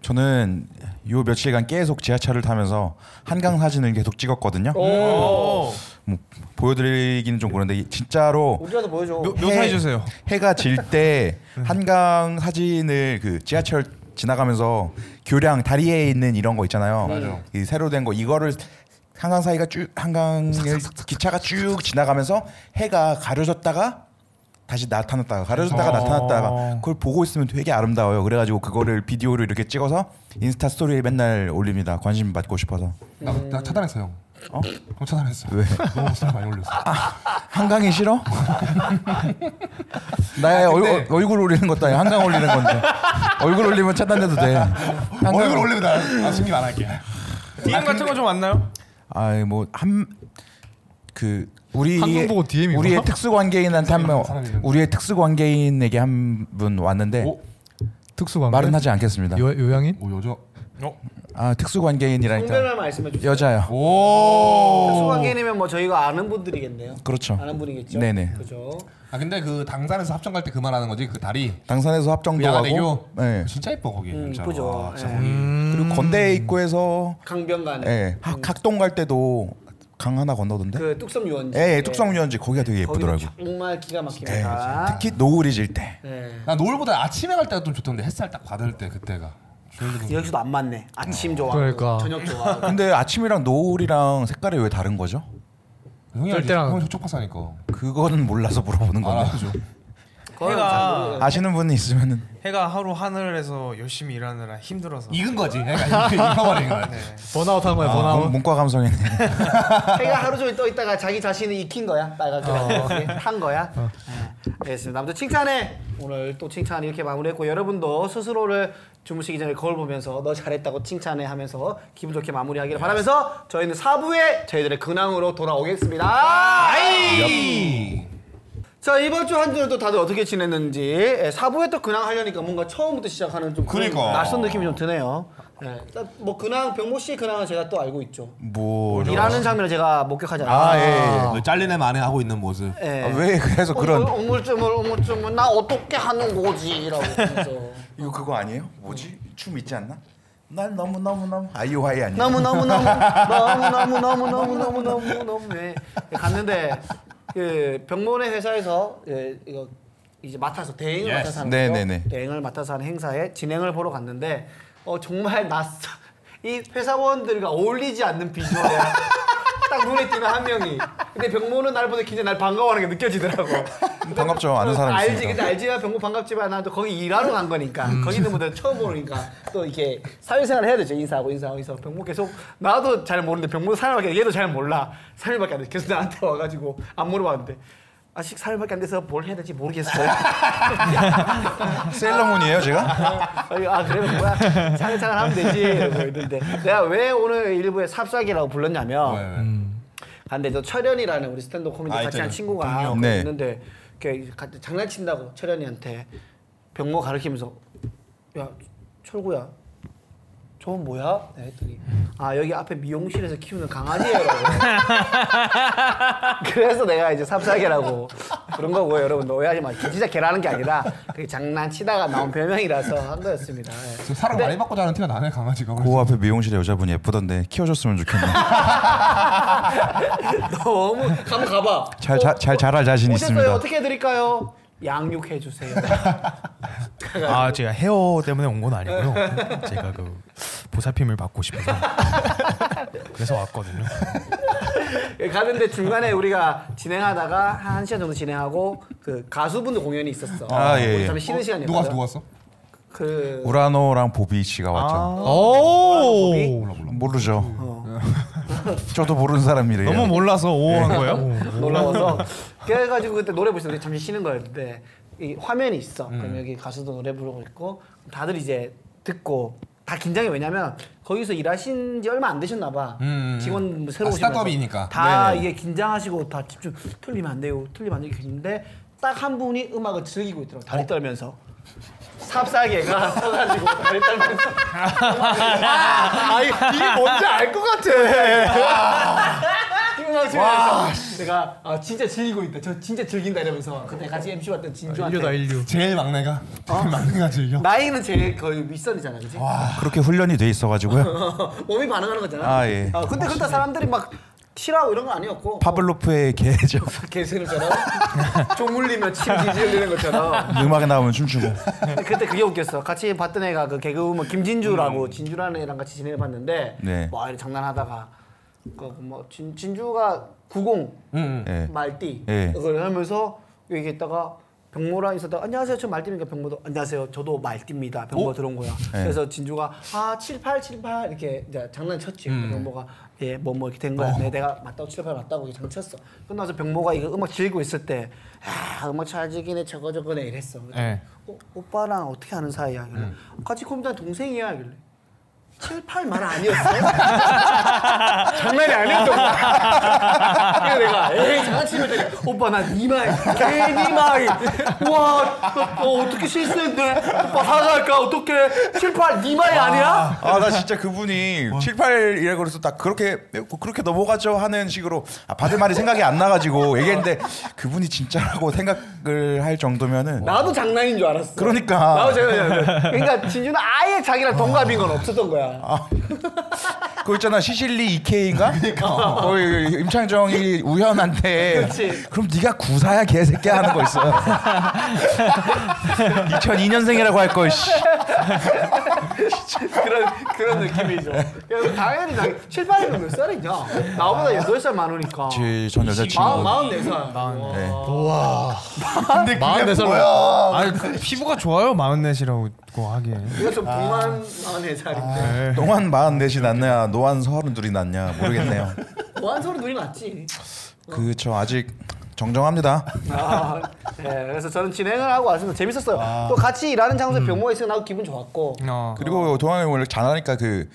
Speaker 5: 저는 요 며칠간 계속 지하철을 타면서 한강 사진을 계속 찍었거든요.
Speaker 1: 어. 오
Speaker 5: 뭐 보여드리기는 좀 그런데 이- 진짜로
Speaker 1: 우리라도 보여줘
Speaker 3: 묘- 묘사해 주세요. 음.
Speaker 5: 해가 질 때 한강 사진을 그 지하철 지나가면서 교량 다리에 있는 이런 거 있잖아요. 이 새로 된 거 이거를 한강 사이가 쭉 한강을 기차가 쭉 지나가면서 해가 가려졌다가 다시 나타났다가
Speaker 3: 아.
Speaker 5: 가려졌다가 나타났다가 그걸 보고 있으면 되게 아름다워요. 그래가지고 그거를 비디오로 이렇게 찍어서 인스타 스토리에 맨날 올립니다. 관심 받고 싶어서
Speaker 2: 나, 나 차단했어 형.
Speaker 5: 어?
Speaker 2: 형 차단했어.
Speaker 5: 왜?
Speaker 2: 너무 스타 많이 올렸어.
Speaker 5: 한강이 싫어? 나의
Speaker 2: 아,
Speaker 5: 얼굴, 얼굴 올리는 것도 아니야 한강 올리는 건데 얼굴 올리면 차단돼도 돼 한강
Speaker 2: 얼굴 올리면 나 아, 승리 안 할게.
Speaker 3: DM 같은 거 좀 왔나요?
Speaker 5: 아이 뭐한 그 우리
Speaker 4: 한강 보고 DM 이구나?
Speaker 5: 우리의 특수 관계인한테 한명
Speaker 2: 사람이네.
Speaker 5: 우리의 특수 관계인에게 한 분 왔는데
Speaker 2: 오? 네.
Speaker 4: 특수관.
Speaker 5: 말은 하지 않겠습니다.
Speaker 4: 요, 요양인?
Speaker 2: 오뭐 여자.
Speaker 5: 아 특수 관계인이라니까
Speaker 1: 성별만 말씀해 주세요
Speaker 5: 여자요.
Speaker 2: 오.
Speaker 1: 소관계인이면 뭐 저희가 아는 분들이겠네요
Speaker 5: 그렇죠.
Speaker 1: 아는
Speaker 2: 뭐.
Speaker 1: 분이겠죠
Speaker 5: 네네.
Speaker 1: 그죠
Speaker 2: 아 근데 그 당산에서 합정 갈 때 그 말하는 거지 그 다리.
Speaker 5: 당산에서 합정도 가고
Speaker 2: 야가대교.
Speaker 5: 네.
Speaker 2: 진짜 예뻐 거기.
Speaker 1: 음,
Speaker 2: 진짜로.
Speaker 1: 이쁘죠.
Speaker 2: 아, 진짜
Speaker 1: 예.
Speaker 2: 거기.
Speaker 5: 그리고 건대 입구에서
Speaker 2: 음.
Speaker 1: 강변간
Speaker 5: 예 학- 학동 갈 때도 강 하나 건너던데.
Speaker 1: 그 뚝섬 유원지
Speaker 5: 예, 예 뚝성 유원지 거기가 되게
Speaker 1: 거기는 아.
Speaker 5: 예쁘더라고.
Speaker 1: 정말 기가
Speaker 5: 예,
Speaker 1: 막힙니다
Speaker 5: 특히 노을이 질 때.
Speaker 1: 예.
Speaker 2: 나 노을보다 아침에 갈 때가 좀 좋던데 햇살 딱 받을 때 그때가.
Speaker 1: 여기서도 안 맞네 아침 좋아
Speaker 4: 그러니까.
Speaker 1: 저녁 좋아
Speaker 5: 근데 아침이랑 노을이랑 색깔이 왜 다른 거죠?
Speaker 2: 형이
Speaker 4: 절 때랑-
Speaker 2: 형 저쪽 파사니까.
Speaker 5: 그거는 몰라서 물어보는
Speaker 2: 아
Speaker 5: 건데.
Speaker 2: 그죠.
Speaker 3: 해가
Speaker 5: 아시는 분이 있으면은
Speaker 3: 해가 하루 하늘에서 열심히 일하느라 힘들어서
Speaker 2: 익은 거지. 그러니까 익어버린 거야.
Speaker 1: 네.
Speaker 4: 번아웃 한 거야.
Speaker 5: 문-
Speaker 4: 번아웃.
Speaker 5: 문과 감성이네.
Speaker 1: 해가 하루 종일 떠 있다가 자기 자신을 익힌 거야 빨갛게 이렇게 한 거야
Speaker 4: 어.
Speaker 1: 네, 알겠습니다 아무튼 칭찬해 오늘 또 칭찬 이렇게 마무리했고 여러분도 스스로를 주무시기 전에 거울 보면서 너 잘했다고 칭찬해 하면서 기분 좋게 마무리하기를 바라면서 저희는 4부에 저희들의 근황으로 돌아오겠습니다
Speaker 2: 아이.
Speaker 1: 자, 자 이번 주 한 주는 또 다들 어떻게 지냈는지 예, 사부에 또 근황 하려니까 뭔가 처음부터 시작하는 좀 그런
Speaker 2: 그러니까.
Speaker 1: 낯선 느낌이 좀 드네요. 예, 일단 뭐 근황 병모 씨 근황은 제가 또 알고 있죠.
Speaker 5: 뭐
Speaker 1: 일하는 장면을 제가 목격하지 않았어요.
Speaker 5: 아 예.
Speaker 2: 그 잘린 애 만에 하고 있는 모습.
Speaker 1: 예.
Speaker 5: 예. 아, 왜 그래서 그런
Speaker 1: 어, 오물쭈물 오물쭈물 나 어, 어떻게 하는 거지라고 하면서
Speaker 5: 이거 그거 아니에요? 뭐지? 춤 있지 않나? 날 너무 너무 너무 아이오하이 아니야?
Speaker 1: 너무 너무 너무 너무 너무 너무 너무 너무 너무 너무 예. 갔는데 그 병모네 회사에서 예, 이거 이제 맡아서 대행을
Speaker 2: Yes.
Speaker 1: 맡아서 하는
Speaker 5: 네,
Speaker 1: 거죠.
Speaker 5: 네, 네.
Speaker 1: 대행을 맡아서 하는 행사에 진행을 보러 갔는데 어 정말 낯선 이 회사원들과 어울리지 않는 비주얼에 딱 눈에 띄는 한 명이 근데 병모는 날 보다 굉장히 날 반가워하는 게 느껴지더라고.
Speaker 5: 반갑죠 아는 사람
Speaker 1: 알지
Speaker 5: 있으니까.
Speaker 1: 근데 알지만 병고 반갑지만 나도 거기 일하러 간 거니까 거기 있는 분들 처음 보니까 또 이렇게 사회생활 해야 되죠 인사하고 인사하고 인사 병모 계속 나도 잘 모르는데 병모 사람밖에 얘도 잘 몰라 3일밖에 안 돼. 계속 나한테 와가지고 안 물어봤는데 아직 3일밖에 안 돼서 뭘 해야 될지 모르겠어요
Speaker 5: 셀러문이에요 제가?
Speaker 1: 아 그러면 뭐야 차근차근 하면 되지 이러고 있는데 내가 왜 오늘 일부에 삽삭이라고 불렀냐면
Speaker 2: 네, 네.
Speaker 4: 음.
Speaker 1: 아, 근데 저 철현이라는 우리 스탠드 코미디
Speaker 2: 아,
Speaker 1: 같이 한
Speaker 2: 있잖아요.
Speaker 1: 친구가
Speaker 5: 동료. 네.
Speaker 1: 있는데 이렇게 같이 장난친다고 철현이한테 병모 가르치면서 야 철구야 저건 뭐야? 네, 했더니 아 여기 앞에 미용실에서 키우는 강아지예요라고 그래서 내가 이제 삽살개라고 그런 거고요 여러분 오해하지 마세요 진짜 개라는 게 아니라 그 장난치다가 나온 별명이라서 한 거였습니다 예.
Speaker 2: 저그 사랑 많이 받고 자는 티가 나네 강아지가.
Speaker 5: 그 앞에 미용실에 여자분이 예쁘던데 키워줬으면 좋겠네.
Speaker 1: 너무 한번 가봐
Speaker 5: 잘 잘 잘 자랄 자신
Speaker 1: 어, 오셨어요
Speaker 5: 있습니다.
Speaker 1: 어떻게 해드릴까요? 양육해 주세요
Speaker 3: 아 제가 헤어 때문에 온 건 아니고요. 제가 그 보살핌을 받고 싶어서 그래서 왔거든요.
Speaker 1: 가는데 중간에 우리가 진행하다가 한 시간 정도 진행하고 그 가수분들 공연이 있었어.
Speaker 5: 아, 예, 예.
Speaker 1: 잠시 쉬는 시간이었어.
Speaker 2: 누가 누가 왔어?
Speaker 1: 그
Speaker 5: 우라노랑 보비 씨가
Speaker 1: 아.
Speaker 2: 아,
Speaker 5: 왔죠.
Speaker 2: 뭐,
Speaker 4: 오
Speaker 5: 모르죠.
Speaker 1: 어.
Speaker 5: 저도 모르는 사람이래요.
Speaker 3: 너무 몰라서 오한 거예요?
Speaker 2: 음.
Speaker 1: 놀라워서 그래가지고 그때 노래 부르면서 우리 잠시 쉬는 거였는데 이 화면이 있어.
Speaker 2: 음.
Speaker 1: 그럼 여기 가수도 노래 부르고 있고 다들 이제 듣고 다 긴장해 왜냐면 거기서 일하신 지 얼마 안 되셨나 봐.
Speaker 2: 음, 음.
Speaker 1: 직원 뭐 새로
Speaker 2: 아,
Speaker 1: 오시면서
Speaker 2: 스타트업이니까.
Speaker 1: 다
Speaker 5: 네네.
Speaker 1: 이게 긴장하시고 다 집중 틀리면 안 돼요. 틀리면 안 돼요. 했는데 딱 한 분이 음악을 즐기고 있더라고.
Speaker 2: 어?
Speaker 1: 다리 떨면서. 삽싸개가 서가지고 다리 떨면서 아, 아, 이게 뭔지 알 것 같아. 이거 나 내가 아, 진짜 즐기고 있다. 저 진짜 즐긴다 이러면서 그때 같이 MC 왔던
Speaker 4: 아, 인류다
Speaker 1: 진주한테
Speaker 4: 인류
Speaker 2: 제일 막내가
Speaker 1: 어?
Speaker 2: 막내가 즐겨.
Speaker 1: 나이는 제일 거의 윗선이잖아, 그치
Speaker 5: 그렇게 훈련이 돼 있어가지고요.
Speaker 1: 몸이 반응하는 거잖아.
Speaker 5: 아, 예.
Speaker 1: 어, 근데 그때 사람들이 막 싫어하고 이런 거 아니었고
Speaker 5: 파블로프의 개죠.
Speaker 1: 개새처럼 종물리면 침 지지 흘리는 것처럼.
Speaker 5: 음악에 나오면 춤추고.
Speaker 1: 근데 그때 그게 웃겼어. 같이 봤던 애가 그 개그우먼 김진주라고
Speaker 4: 음.
Speaker 1: 진주라는 애랑 같이 지내해 봤는데
Speaker 5: 네.
Speaker 1: 와 이렇게 장난하다가 그뭐 진주가
Speaker 4: 음.
Speaker 1: 90
Speaker 5: 예.
Speaker 1: 말띠
Speaker 5: 예.
Speaker 1: 그걸 하면서 얘기했다가 병모랑 있었다가 안녕하세요 저 말띠니까 병모도 안녕하세요 저도 말띠입니다 병모 들어온 거야
Speaker 5: 예.
Speaker 1: 그래서 진주가 아 78, 78 이렇게 이제 장난쳤지
Speaker 5: 음.
Speaker 1: 병모가 예뭐 뭐 이렇게 된
Speaker 5: 어.
Speaker 1: 거야 네, 내가 맞다고 78 맞다고 이렇게 장쳤어 끝나서 병모가 이거 음악 즐기고 있을 때아 음악 잘 즐기네 저거 저거네 이랬어
Speaker 3: 예.
Speaker 1: 어, 오빠랑 어떻게 아는 사이야 이래.
Speaker 5: 음.
Speaker 1: 같이 컴퓨터 동생이야 이래. 7, 8만 아니었어? 장난이 아니었던 거야. 그래서 내가 에이 장난치면 되게 오빠 나 2만 괜히 막 우와 너, 어, 어떻게 실수했네 오빠 사과할까 어떻게 7, 8 2만이 아니야?
Speaker 5: 아 나 진짜 그분이 7, 8이라고 그래서 딱 그렇게 그렇게 넘어가죠 하는 식으로 아, 받을 말이 생각이 안 나가지고 얘기했는데 그분이 진짜라고 생각을 할 정도면은
Speaker 1: 나도 장난인 줄 알았어.
Speaker 5: 그러니까.
Speaker 1: 나도 장난인 줄 알았어. 그러니까 진주는 아예 자기랑 동갑인 건 없었던 거야.
Speaker 5: 그거 있잖아 시실리 2K인가? 거기 임창정이 우현한테
Speaker 1: 그러니까. 그치.
Speaker 5: 그럼 네가 구사야 개새끼야 하는 거 있어 2002년생이라고 할걸 씨.
Speaker 1: 그런 그런 느낌이죠. 그래서 당연히 나 7, 8이면 몇 살이냐? 나보다 8살 많으니까.
Speaker 5: 제전
Speaker 1: 마흔
Speaker 5: 여자친구
Speaker 1: 마흔네 살.
Speaker 5: 네.
Speaker 2: 근데 그게
Speaker 4: 44살.
Speaker 2: 뭐야?
Speaker 3: 아니 그 피부가 좋아요 마흔넷이라고 하기엔.
Speaker 1: 이거 좀 동안 마흔네 살인데.
Speaker 5: 동안 44이 낫냐 노안 32이 낫냐 모르겠네요
Speaker 1: 뭐한 소리 눈이 맞지.
Speaker 5: 그 저 아직 정정합니다
Speaker 1: 아, 네, 그래서 저는 진행을 하고 왔습니다. 재밌었어요.
Speaker 5: 아.
Speaker 1: 또 같이 일하는
Speaker 5: 음.
Speaker 1: 장소에 병모가 있어서 나도 기분 좋았고.
Speaker 3: 어.
Speaker 5: 그리고 동환이 원래 잘하니까 그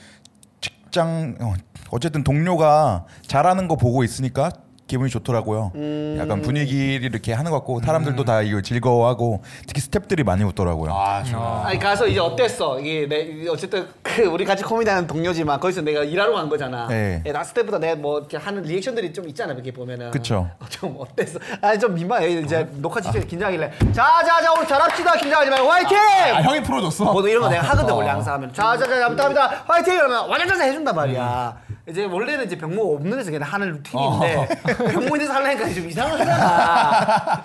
Speaker 5: 직장 어, 어쨌든 동료가 잘하는 거 보고 있으니까 기분이 좋더라고요. 약간 분위기를 이렇게 하는 것 같고 사람들도 다 이거 즐거워하고 특히 스탭들이 많이 웃더라고요.
Speaker 2: 아 좋아.
Speaker 1: 아니 가서 이제 어땠어? 이게 내 이게 어쨌든 그 우리 같이 코미디하는 동료지만 거기서 내가 일하러 간 거잖아.
Speaker 5: 네.
Speaker 1: 예, 나스때보다 내가 뭐 이렇게 하는 리액션들이 좀 있잖아. 이렇게 보면은.
Speaker 5: 그쵸. 어. 아.
Speaker 1: 어, 좀 어땠어? 아니 좀 민망해. 이제 녹화 직전에 긴장하길래 자자자 우리 잘합시다. 긴장하지 말고 화이팅!
Speaker 2: 아 형이 풀어줬어.
Speaker 1: 뭐도 이런 거 내가 하거든 원래 항상 하면 자자자 감사합니다 화이팅 이러면 완전자자 해준단 말이야 이제 원래는 이제 병모 없는 데서 그냥 하는
Speaker 5: 어.
Speaker 1: 루틴인데 병모 있는 데서 하려니까 좀 이상하잖아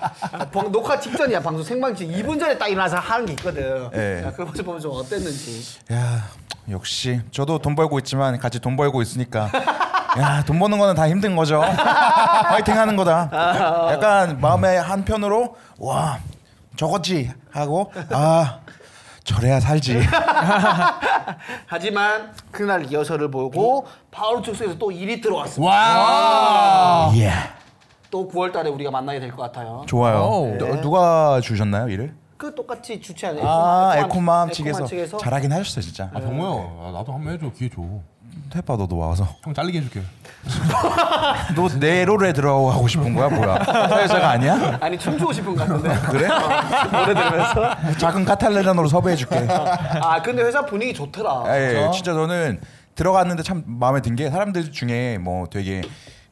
Speaker 1: 방- 녹화 직전이야 방송 생방 직 2분 전에 딱 일어나서 하는 게 있거든
Speaker 5: 예.
Speaker 1: 야, 그걸 보면 좀 어땠는지
Speaker 5: 야 역시 저도 돈 벌고 있지만 같이 돈 벌고 있으니까 야 돈 버는 거는 다 힘든 거죠. 화이팅하는 거다. 약간 마음의 한 편으로 와 저거지 하고 아 저래야 살지.
Speaker 1: 하지만 그날 리허설을 보고 바로 즉석에서 또 일이 들어왔어
Speaker 2: 와.
Speaker 5: 예.
Speaker 1: 또 9월 달에 우리가 만나게 될 것 같아요
Speaker 5: 좋아요.
Speaker 1: 네.
Speaker 5: 누- 누가 주셨나요 일을?
Speaker 1: 그 똑같이 주최하는
Speaker 5: 아
Speaker 1: 에코맘- 에코맘
Speaker 5: 에코맘
Speaker 1: 네.
Speaker 5: 측에서 잘하긴 하셨어요 진짜.
Speaker 2: 아 병모야 나도 한번 해줘 기회 줘.
Speaker 5: 해봐 너도 와서.
Speaker 2: 형 잘리게 해줄게.
Speaker 5: 너 내로에 들어가고 싶은 거야 뭐야? 사회자가 아니야?
Speaker 1: 아니 춤추고 싶은 것 같은데
Speaker 5: 그래?
Speaker 1: 노래 들으면서
Speaker 5: 작은 카탈레란으로 섭외해줄게.
Speaker 1: 아 근데 회사 분위기 좋더라.
Speaker 5: 아, 예, 예. 진짜 저는 들어갔는데 참 마음에 든 게 사람들 중에 뭐 되게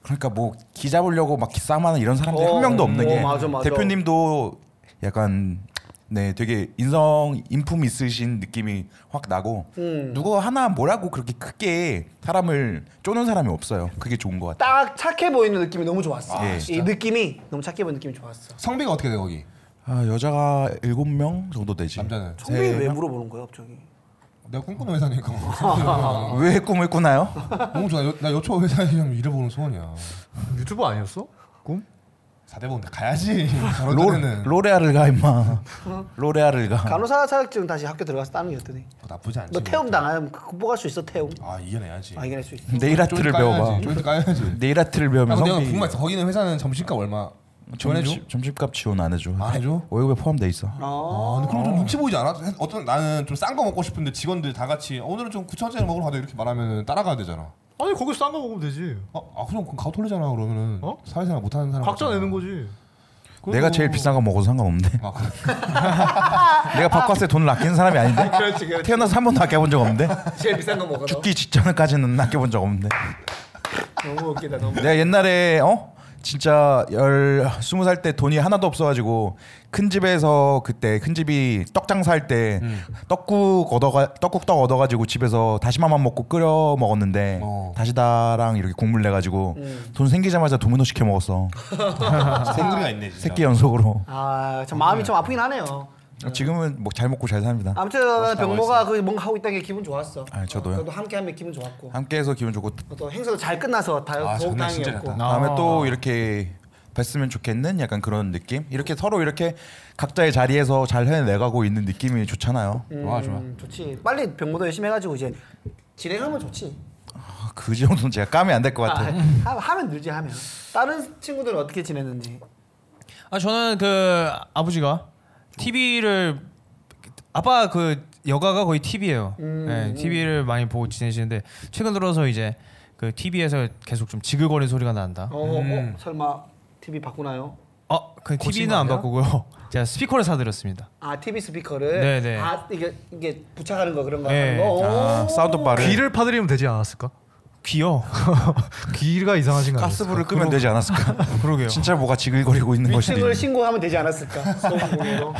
Speaker 5: 그러니까 뭐 기 잡으려고 막 기싸움하는 이런 사람들이
Speaker 1: 어,
Speaker 5: 한 명도 없는
Speaker 1: 어,
Speaker 5: 게
Speaker 1: 맞아, 맞아.
Speaker 5: 대표님도 약간 네 되게 인성 인품 있으신 느낌이 확 나고
Speaker 1: 음.
Speaker 5: 누구 하나 뭐라고 그렇게 크게 사람을 쪼는 사람이 없어요. 그게 좋은 것 같아요.
Speaker 1: 딱 착해 보이는 느낌이 너무 좋았어.
Speaker 5: 아,
Speaker 1: 이 느낌이 너무 착해 보이는 느낌이 좋았어.
Speaker 2: 성비가 어떻게 돼 거기?
Speaker 5: 아, 여자가 일곱 명 정도 되지.
Speaker 2: 남자는?
Speaker 1: 청빈이 왜 물어보는 거야 갑자기?
Speaker 2: 내가 꿈꾸는 회사니까.
Speaker 5: 왜 꿈을 꾸나요?
Speaker 2: 너무 좋아. 요- 나 여초 회사에 좀 일해보는 소원이야.
Speaker 4: 유튜브 아니었어? 꿈?
Speaker 2: 4대본 가야지.
Speaker 5: 로,
Speaker 2: 롤은
Speaker 5: 로레아를 가 임마. 로레아를 가.
Speaker 1: 어? 간호사 자격증 다시 학교 들어가서 따는 게 어떠니?
Speaker 2: 나쁘지 않지.
Speaker 1: 너 태움 당하면 그 극복할 수 있어 태움.
Speaker 2: 아 이겨내야지.
Speaker 1: 아 이겨낼 수 있어.
Speaker 5: 네일 아트를 배워봐.
Speaker 2: 조인트 까야지.
Speaker 5: 네일 아트를 배우면
Speaker 2: 아, 근데 내가
Speaker 5: 성비.
Speaker 2: 궁금했어. 거기는 회사는 점심값 얼마? 지원해줘?
Speaker 5: 점심- 점심값 지원 안 해줘.
Speaker 2: 안 해줘?
Speaker 5: 월급에 포함돼 있어.
Speaker 2: 아, 근데 그럼 좀 눈치 보이지 않아? 어떤 나는 좀 싼 거 먹고 싶은데 직원들 다 같이 오늘은 좀 9천짜리 먹으러 가자 이렇게 말하면 따라가야 되잖아.
Speaker 4: 아니 거기서 싼 거 먹으면 되지.
Speaker 2: 아, 아 그럼 그럼 가오 털리잖아 그러면은
Speaker 4: 어?
Speaker 2: 사회생활 못하는 사람
Speaker 4: 각자
Speaker 2: 같잖아.
Speaker 4: 내는 거지.
Speaker 5: 내가 제일 비싼 거 먹어도 상관없는데.
Speaker 2: 아, 그래.
Speaker 5: 내가 밥값에 돈을 아끼는 사람이 아닌데.
Speaker 1: 그렇지 그렇지.
Speaker 5: 태어나서 한 번도 아껴본 적 없는데.
Speaker 1: 제일 비싼 거 먹어.
Speaker 5: 죽기 직전까지는 아껴본 적 없는데.
Speaker 1: 너무 웃기다 너무.
Speaker 5: 내가 옛날에 어 진짜 열 스무 살 때 돈이 하나도 없어가지고 큰 집에서 그때 큰 집이 떡 장사할 때
Speaker 1: 음.
Speaker 5: 떡국 얻어가 떡국떡 얻어가지고 집에서 다시마만 먹고 끓여 먹었는데
Speaker 2: 어.
Speaker 5: 다시다랑 이렇게 국물 내가지고
Speaker 1: 음.
Speaker 5: 돈 생기자마자 도미노 시켜 먹었어
Speaker 1: 아,
Speaker 2: 생각이 있네 진짜.
Speaker 5: 새끼 연속으로
Speaker 1: 아참 마음이 좀 아프긴 하네요.
Speaker 5: 지금은 뭐 잘 먹고 잘 삽니다
Speaker 1: 아무튼 병모가 그 뭔가 하고 있다는 게 기분 좋았어.
Speaker 5: 아, 저도요.
Speaker 1: 어, 저도 함께하면 기분 좋았고.
Speaker 5: 함께해서 기분 좋고
Speaker 1: 또 행사도 잘 끝나서 다
Speaker 2: 아,
Speaker 1: 더욱
Speaker 2: 장난 진짜
Speaker 1: 다행이었고.
Speaker 2: 잘했다.
Speaker 5: 다음에 또 이렇게 뵀으면 좋겠는 약간 그런 느낌 이렇게 서로 이렇게 각자의 자리에서 잘 해내가고 있는 느낌이 좋잖아요
Speaker 2: 좋아 좋아.
Speaker 1: 음, 좋지. 빨리 병모도 열심히 해가지고 이제 진행하면 좋지.
Speaker 5: 아, 그 정도는 제가 까면 안 될 것
Speaker 1: 아,
Speaker 5: 같아. 요
Speaker 1: 하- 하면 늘지 하면. 다른 친구들은 어떻게 지냈는지.
Speaker 3: 아 저는 그 아버지가 TV를 아빠 그 여가가 거의 TV예요. 네, TV를 많이 보고 지내시는데 최근 들어서 이제 그 TV에서 계속 좀 지글거리는 소리가 난다.
Speaker 1: 어,
Speaker 3: 음.
Speaker 1: 어, 설마 TV 바꾸나요?
Speaker 3: 어, 그
Speaker 4: 고친
Speaker 3: TV는
Speaker 4: 거
Speaker 3: 안
Speaker 4: 아니야?
Speaker 3: 바꾸고요. 제가 스피커를 사드렸습니다.
Speaker 1: 아 TV 스피커를.
Speaker 3: 네네.
Speaker 1: 아 이게 이게 부착하는 거 그런 거
Speaker 3: 네.
Speaker 1: 하는 거.
Speaker 5: 아, 사운드바를
Speaker 4: 귀를 파드리면 되지 않았을까?
Speaker 3: 귀여.
Speaker 4: 귀가 이상하신 거 아니야?
Speaker 5: 가스불을 끄면 되지 않았을까?
Speaker 3: 그러게요.
Speaker 5: 진짜 뭐가 지글거리고 있는 것이
Speaker 1: 위층을 신고하면 되지 않았을까? 소음공해로.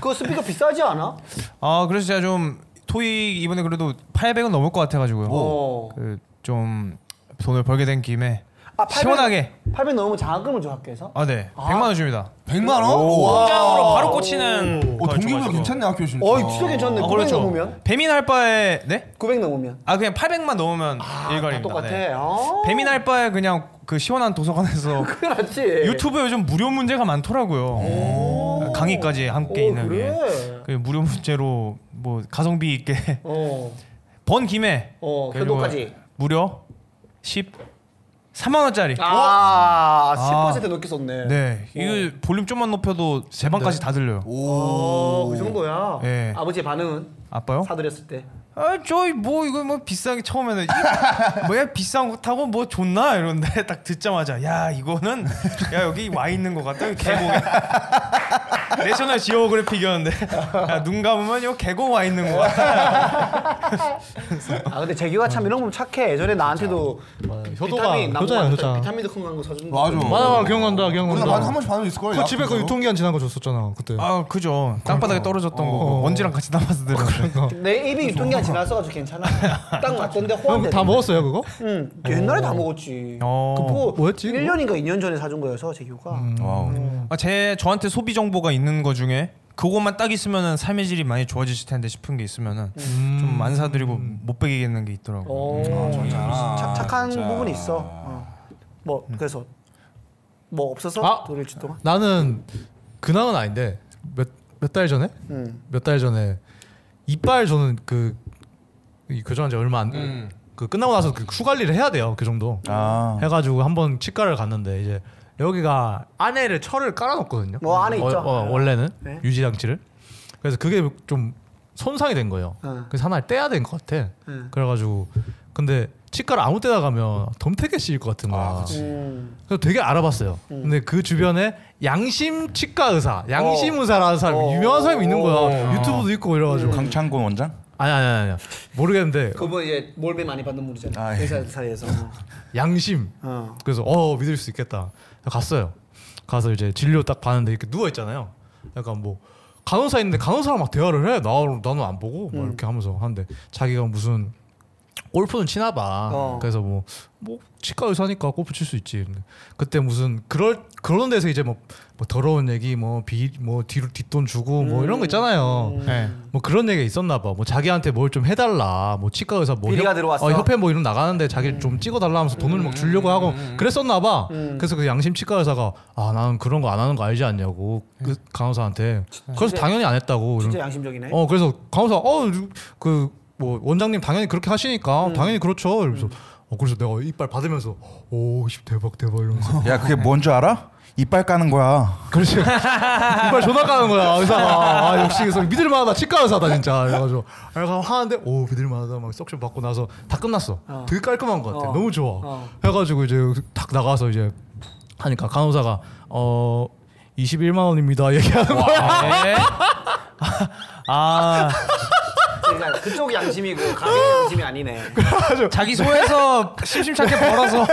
Speaker 1: 그 스피커 비싸지 않아?
Speaker 3: 아 그래서 제가 좀 토익 이번에 그래도 800은 넘을 것
Speaker 1: 오. 어.
Speaker 3: 같아가지고요. 그 좀 돈을 벌게 된 김에
Speaker 1: 아, 800
Speaker 3: 시원하게.
Speaker 1: 800 넘으면 장학금을 줘 학교에서?
Speaker 3: 아 네, 100만 원 줍니다.
Speaker 2: 100만 원?
Speaker 1: 아.
Speaker 3: 통장으로 바로 꽂히는.
Speaker 2: 어,
Speaker 3: 걸
Speaker 2: 동기부여
Speaker 3: 줘가지고.
Speaker 2: 괜찮네 학교 진짜.
Speaker 1: 어이 진짜
Speaker 3: 아,
Speaker 1: 괜찮네. 900
Speaker 3: 그렇죠.
Speaker 1: 넘으면?
Speaker 3: 배민 할 바에 네?
Speaker 1: 900 넘으면.
Speaker 3: 아 그냥 800만 넘으면
Speaker 1: 다
Speaker 3: 일괄입니다.
Speaker 1: 똑같아.
Speaker 3: 네.
Speaker 1: 어.
Speaker 3: 배민 할 바에 그냥 그 시원한 도서관에서
Speaker 1: 그렇지.
Speaker 3: 유튜브 요즘 무료 문제가 많더라고요. 강의까지 함께
Speaker 1: 오,
Speaker 3: 있는
Speaker 1: 그래.
Speaker 3: 게. 그 무료 문제로 뭐 가성비 있게
Speaker 1: 어.
Speaker 3: 번 김에
Speaker 1: 어,
Speaker 3: 그래가지고
Speaker 1: 현도까지.
Speaker 3: 무려 10 3만 원짜리.
Speaker 1: 아, 10% 높게 썼네.
Speaker 3: 네. 이거
Speaker 1: 네.
Speaker 3: 볼륨 좀만 높여도 제 방까지 다 들려요.
Speaker 1: 오, 그 정도야.
Speaker 3: 예.
Speaker 1: 아버지의 반응은
Speaker 3: 아빠요?
Speaker 1: 사드렸을 때.
Speaker 3: 아 저희 뭐 이거 뭐 비싼 게 처음에는 이- 뭐야 비싼 거 타고 뭐 좋나 이런데 딱 듣자마자 야 이거는 야 여기 와 있는 것 같다 여기 계곡에 내셔널 지오그래픽이었는데 야, 눈 감으면 요 계곡 와 있는 것 같다
Speaker 1: 아 근데 재규가 참 이런 거 보면 착해. 예전에 나한테도 어,
Speaker 4: 효도가,
Speaker 1: 비타민 나무
Speaker 4: 효자야, 효자.
Speaker 1: 비타민 큰 거한거 사준 거.
Speaker 2: 맞아.
Speaker 4: 맞아 맞아 기억난다
Speaker 2: 우리가 한, 한
Speaker 4: 기억난다.
Speaker 2: 번씩 받은 적 있을 거예요.
Speaker 4: 그 집에 그 유통기한 지난 거 줬었잖아 그때.
Speaker 3: 아 그죠 땅바닥에 떨어졌던 거고 먼지랑 같이 남아서 들었는데
Speaker 1: 내 입이 유통기한 지났어가지고 괜찮아. 딱 맞던데
Speaker 4: 형,
Speaker 1: 호환돼.
Speaker 4: 다 먹었어요 그거?
Speaker 1: 응. 옛날에 다 먹었지.
Speaker 3: 어.
Speaker 1: 그뭐
Speaker 4: 뭐였지, 그거?
Speaker 1: 1년인가 2년 전에 사준 거여서 재규가.
Speaker 5: 와우.
Speaker 2: 음.
Speaker 3: 아, 제 저한테 소비 정보가 있는 거 중에 그것만 딱 있으면은 삶의 질이 많이 좋아지실 텐데 싶은 게 있으면은 좀 안 사드리고 못 베기겠는 게 있더라고. 요
Speaker 1: 어.
Speaker 2: 아,
Speaker 1: 착, 착한
Speaker 2: 진짜.
Speaker 1: 부분이 있어. 어. 뭐 그래서 뭐 없어서
Speaker 4: 아.
Speaker 1: 돈을 주 동안.
Speaker 4: 나는 근황은 아닌데 몇 몇 달 전에
Speaker 1: 응.
Speaker 4: 몇 달 전에 이빨 저는 그 이 교정한 지 얼마 안 그
Speaker 2: 음.
Speaker 4: 끝나고 나서 그수 관리를 해야 돼요 그 정도
Speaker 5: 아.
Speaker 4: 해가지고 한번 치과를 갔는데 이제 여기가 안에를 철을 깔아놓거든요.
Speaker 1: 어, 안에 있죠.
Speaker 4: 어, 원래는
Speaker 1: 네.
Speaker 4: 유지장치를 그래서 그게 좀 손상이 된 거예요.
Speaker 1: 네.
Speaker 4: 그래서 하나를 떼야 된 것 같아.
Speaker 1: 응.
Speaker 4: 그래가지고 근데 치과를 아무 때나 가면 덤태게 씌일 것
Speaker 1: 아,
Speaker 4: 같은 거야.
Speaker 1: 음.
Speaker 4: 그래서 되게 알아봤어요. 근데 그 주변에 양심 치과 의사, 양심
Speaker 1: 어.
Speaker 4: 의사라는 사람
Speaker 1: 어.
Speaker 4: 이 유명한 사람이 있는 거야.
Speaker 2: 어.
Speaker 4: 유튜브도 있고 이래가지고
Speaker 5: 강창곤 원장?
Speaker 4: 아니 아니 아니 아니. 모르겠는데
Speaker 1: 그분 뭐 이제 몰배 많이 받는 분이잖아.
Speaker 5: 아, 예.
Speaker 1: 회사 사이에서.
Speaker 4: 양심.
Speaker 1: 어.
Speaker 4: 그래서 어 믿을 수 있겠다. 갔어요. 가서 이제 진료 딱 봤는데 이렇게 누워 있잖아요. 약간 뭐 간호사 있는데 간호사랑 막 대화를 해. 나 나는 안 보고 막 이렇게 하면서 하는데 자기가 무슨 골프는 치나 봐.
Speaker 1: 어.
Speaker 4: 그래서 뭐 뭐 치과 의사니까 골프 칠 수 있지. 근데 그때 무슨 그럴 그런 데서 이제 뭐, 뭐 더러운 얘기 뭐 비 뭐 뒤로 뒷돈 주고 뭐 이런 거 있잖아요.
Speaker 3: 네.
Speaker 4: 뭐 그런 얘기가 있었나 봐. 뭐 자기한테 뭘 좀 해달라. 뭐 치과 의사 뭐
Speaker 1: 비리가
Speaker 4: 협-
Speaker 1: 들어왔어. 음.
Speaker 4: 어, 협회 뭐 이런 나가는데 자기 를좀 찍어달라 하면서 돈을 막 주려고 하고 그랬었나 봐. 그래서 그 양심 치과 의사가 아 나는 그런 거 안 하는 거 알지 않냐고 그 간호사한테. 그래서 당연히 안 했다고.
Speaker 1: 음. 진짜
Speaker 4: 이런-
Speaker 1: 양심적이네.
Speaker 4: 어 그래서 간호사 어그 뭐 원장님 당연히 그렇게
Speaker 1: 음.
Speaker 4: 하시니까 당연히 그렇죠. 이러면서 어 그래서 내가 이빨 받으면서 오 씨, 대박 대박 이러면서
Speaker 5: 야 그게 뭔 줄 알아? 이빨 까는 거야.
Speaker 4: 그렇지 이빨 존나 까는 거야 의사가 아, 역시 그래서 믿을만하다 치과 의사다 진짜 그래가지고 그래서 하는데 오 믿을만하다 막 석션 받고 나서 다 끝났어
Speaker 1: 어.
Speaker 4: 되게 깔끔한 것 같아
Speaker 1: 어.
Speaker 4: 너무 좋아
Speaker 1: 어.
Speaker 4: 해가지고 이제 탁 나가서 이제 하니까 간호사가 어 21만 원입니다 얘기하는 거야
Speaker 3: 네. 아
Speaker 1: 그러니까 그쪽 양심이고 가게 양심이 아니네.
Speaker 3: 자기 소에서 심심찮게 벌어서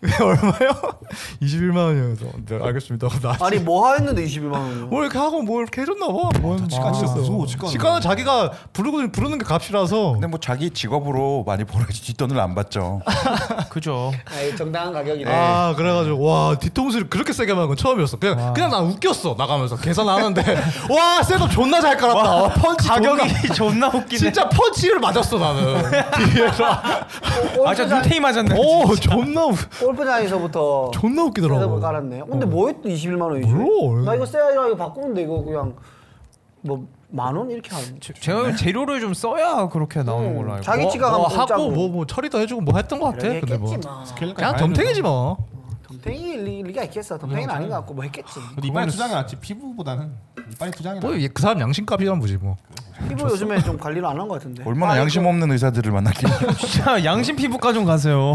Speaker 4: 네, 얼마요? 21만 원이어서 네, 알겠습니다 하고 나
Speaker 1: 아니 뭐 하였는데 21만 원.
Speaker 4: 뭘 이렇게 하고 뭘 이렇게 해줬나 봐. 뭔
Speaker 2: 아, 치과 진짜 무서워, 치과는.
Speaker 4: 치과는 자기가 부르고 부르는 게 값이라서.
Speaker 5: 근데 뭐 자기 직업으로 많이 벌어야지 뒷돈을 안 받죠.
Speaker 3: 그죠.
Speaker 1: 아이, 정당한 가격이네.
Speaker 4: 아 그래가지고 와 뒤통수를 그렇게 세게 맞은 건 처음이었어. 그냥 그냥 난 웃겼어 나가면서 계산하는데 와 셋업 존나 잘 깔았다. 와, 펀치 존나-
Speaker 3: 아, 가격이 존나 웃기네.
Speaker 4: 진짜 펀치를 맞았어 나는 뒤에서.
Speaker 1: 골프장-
Speaker 3: 아, 진짜 눈탱이 맞았네.
Speaker 4: 오 존나 웃-
Speaker 1: 골프장에서부터
Speaker 4: 존나
Speaker 1: 셋업을
Speaker 4: 웃기더라고.
Speaker 1: 깔았네. 근데 뭐했또 21만 원이지?
Speaker 4: 몰라.
Speaker 1: 나 이거 세일이라 이거 바꾸는데 이거 그냥 뭐 만 원 이렇게 하는.
Speaker 3: 제- 제가 재료를 좀 써야 그렇게 나오는 걸로 알고.
Speaker 1: 자기 치과 가면
Speaker 4: 뭐, 뭐
Speaker 1: 공짜고.
Speaker 4: 하고 뭐 뭐 처리도 해주고 뭐 했던 것 같아. 근데 뭐
Speaker 1: 했겠지 뭐.
Speaker 2: 아,
Speaker 4: 그냥 덤탱이지 뭐.
Speaker 1: 덤탱이일 리- 리가 있겠어. 덤탱이는 아닌 것 같고 뭐 했겠지.
Speaker 2: 근데 이빨 투장이 낫지 피부보다는 이빨이 투장이 낫.
Speaker 4: 뭐그 사람 양심값이란 뭐지 뭐.
Speaker 1: 피부 요즘에 좀 관리를 안 한 것 같은데.
Speaker 5: 얼마나 양심 없는 의사들을 만났길래.
Speaker 3: 진짜 양심 피부과 좀 가세요.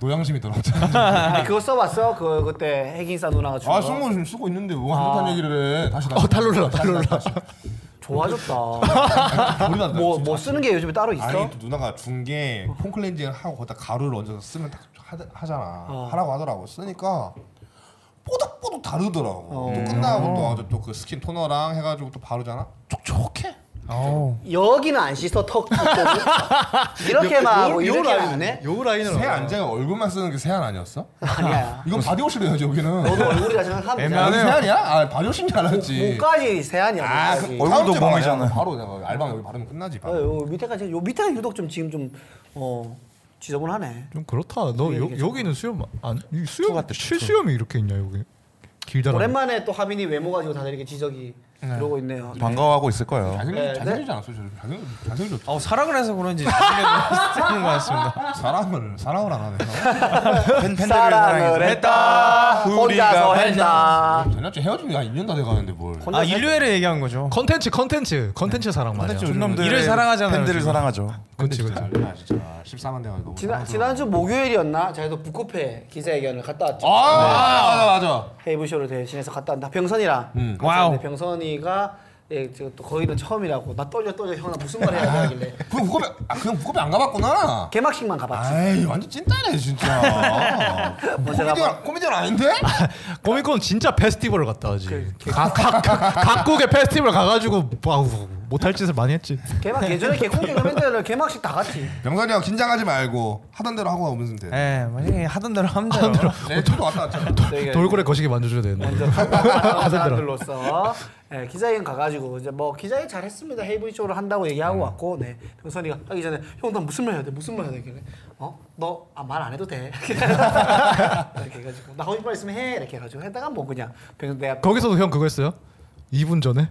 Speaker 2: 노양심이 더라고.
Speaker 1: 아 그거 써봤어? 그 그때 핵인싸 누나가 준 거.
Speaker 2: 아 승우 지금 쓰고 있는데 뭐
Speaker 1: 아.
Speaker 2: 한탄 얘기를 해. 다시 나.
Speaker 4: 어 탈룰라 탈룰라.
Speaker 1: 좋아졌다.
Speaker 2: 머리가 안 나.
Speaker 1: 뭐 뭐 쓰는 게 요즘에 따로 있어?
Speaker 2: 아니 또 누나가 준 게 폼클렌징 하고 거기다 가루를 얹어서 쓰면 딱 하, 하잖아
Speaker 1: 어.
Speaker 2: 하라고 하더라고 쓰니까 뽀득뽀득 다르더라고
Speaker 1: 어.
Speaker 2: 또 끝나고 또 아주 또그 스킨 토너랑 해가지고 또 바르잖아 촉촉해
Speaker 1: 어.
Speaker 3: 아우.
Speaker 1: 여기는 안 씻어 턱 이쪽은? 이렇게만 하고 뭐 이렇게는 안 해?
Speaker 4: 요 라인으로.
Speaker 2: 새 안장에 얼굴만 쓰는 게 세안 아니었어?
Speaker 1: 아니야.
Speaker 2: 이건 바디워시로 해야지 여기는
Speaker 1: 너도 얼굴이라 생각하면
Speaker 2: 아
Speaker 1: 되잖아.
Speaker 2: 세안이야? 아 바디워시인 줄 알았지
Speaker 1: 목까지 세안이야.
Speaker 2: 아
Speaker 1: 목까지.
Speaker 2: 그,
Speaker 5: 얼굴도
Speaker 2: 다음 주에 바로
Speaker 5: 멍이잖아.
Speaker 2: 해야 돼. 바로 내가 알방 여기 바르면 끝나지
Speaker 1: 어,
Speaker 2: 바로.
Speaker 1: 요 밑에까지 요 밑에가 유독 좀 지금 좀어 지저분하네.
Speaker 4: 좀 그렇다. 너 여,
Speaker 1: 얘기죠.
Speaker 4: 여기는 수염 안 이
Speaker 5: 투
Speaker 4: 수염
Speaker 5: 같아, 투.
Speaker 4: 실수염이 이렇게 있냐 여기 길다란.
Speaker 1: 오랜만에 또 하빈이 외모 가지고 다들 이렇게 지적이 이러고 있네요.
Speaker 5: 아,
Speaker 1: 뭐,
Speaker 5: 반가워하고 있을 거예요.
Speaker 2: 잘생기,
Speaker 1: 네,
Speaker 2: 잘생기지 않았어요? 저 잘생, 잘생겼죠.
Speaker 3: 어, 사랑을 해서 그런지 잘생기는 것 같습니다.
Speaker 2: 사랑을 사랑을 안 하네.
Speaker 5: 팬, 팬들을 사랑해서.
Speaker 1: 사랑을 했다 아, 혼자서 했다.
Speaker 2: 아, 전략적 헤어진 지가 2년 다 돼가는데 뭘?
Speaker 1: 혼자
Speaker 3: 아 인류애를 얘기한 거죠.
Speaker 4: 컨텐츠 컨텐츠 컨텐츠 사랑 말이야.
Speaker 5: 놈들의
Speaker 3: 이를 사랑하잖아요,
Speaker 5: 팬들을
Speaker 3: 지금.
Speaker 5: 사랑하죠.
Speaker 4: 그렇지 그렇지.
Speaker 2: 아 진짜 14만 돼가지고 너무
Speaker 1: 지난
Speaker 2: 사랑스러워.
Speaker 1: 지난주 목요일이었나? 저희도 북코페 기자회견을 갔다 왔죠.
Speaker 2: 아 맞아 맞아.
Speaker 1: 헤이브쇼를 대신해서 갔다 왔다. 병선이랑. 갔다
Speaker 3: 와우.
Speaker 1: 왔는데 병선이가 예, 지금 또 거기는 처음이라고. 나 떨려 떨려 형 나 무슨 말 해야 되길래.
Speaker 2: 그럼 무겁이 아 그냥 무겁이 안 가봤구나.
Speaker 1: 개막식만 가봤지.
Speaker 2: 아이 완전 찐따네 진짜.
Speaker 1: 먼저 가봐.
Speaker 2: 코미디언 코미디언 아닌데?
Speaker 4: 코믹콘 진짜 페스티벌을 갔다 오지. 각각 국의 페스티벌 가가지고 아우 못할 짓을 많이 했지.
Speaker 1: 개막 예전에 개콘 개그맨들 개막식 다 갔지.
Speaker 2: 명선이 형 긴장하지 말고 하던 대로 하고 오면 돼.
Speaker 3: 예, 만약에 하던 대로 하면 돼요.
Speaker 5: 네?
Speaker 2: 내 저도 어, 왔다 왔잖아.
Speaker 1: 저희가
Speaker 4: 돌고래 거시기 만져줘야 되는데.
Speaker 1: 먼저 가봤던 사람들로서 예, 기자회견 가가지고 이제 뭐 기자회견 잘했습니다. 헤이브쇼를 한다고 얘기하고 왔고, 네 병선이가 하기 전에 형 나 무슨 말 해야 돼? 무슨 말 해야 되길래? 어? 너 말 안 해도 돼. 이렇게 해가지고 나 거짓말 있으면 해 이렇게 해가지고 했다가 뭐 그냥 병 내가
Speaker 4: 거기서도 형 그거 했어요? 2분 전에?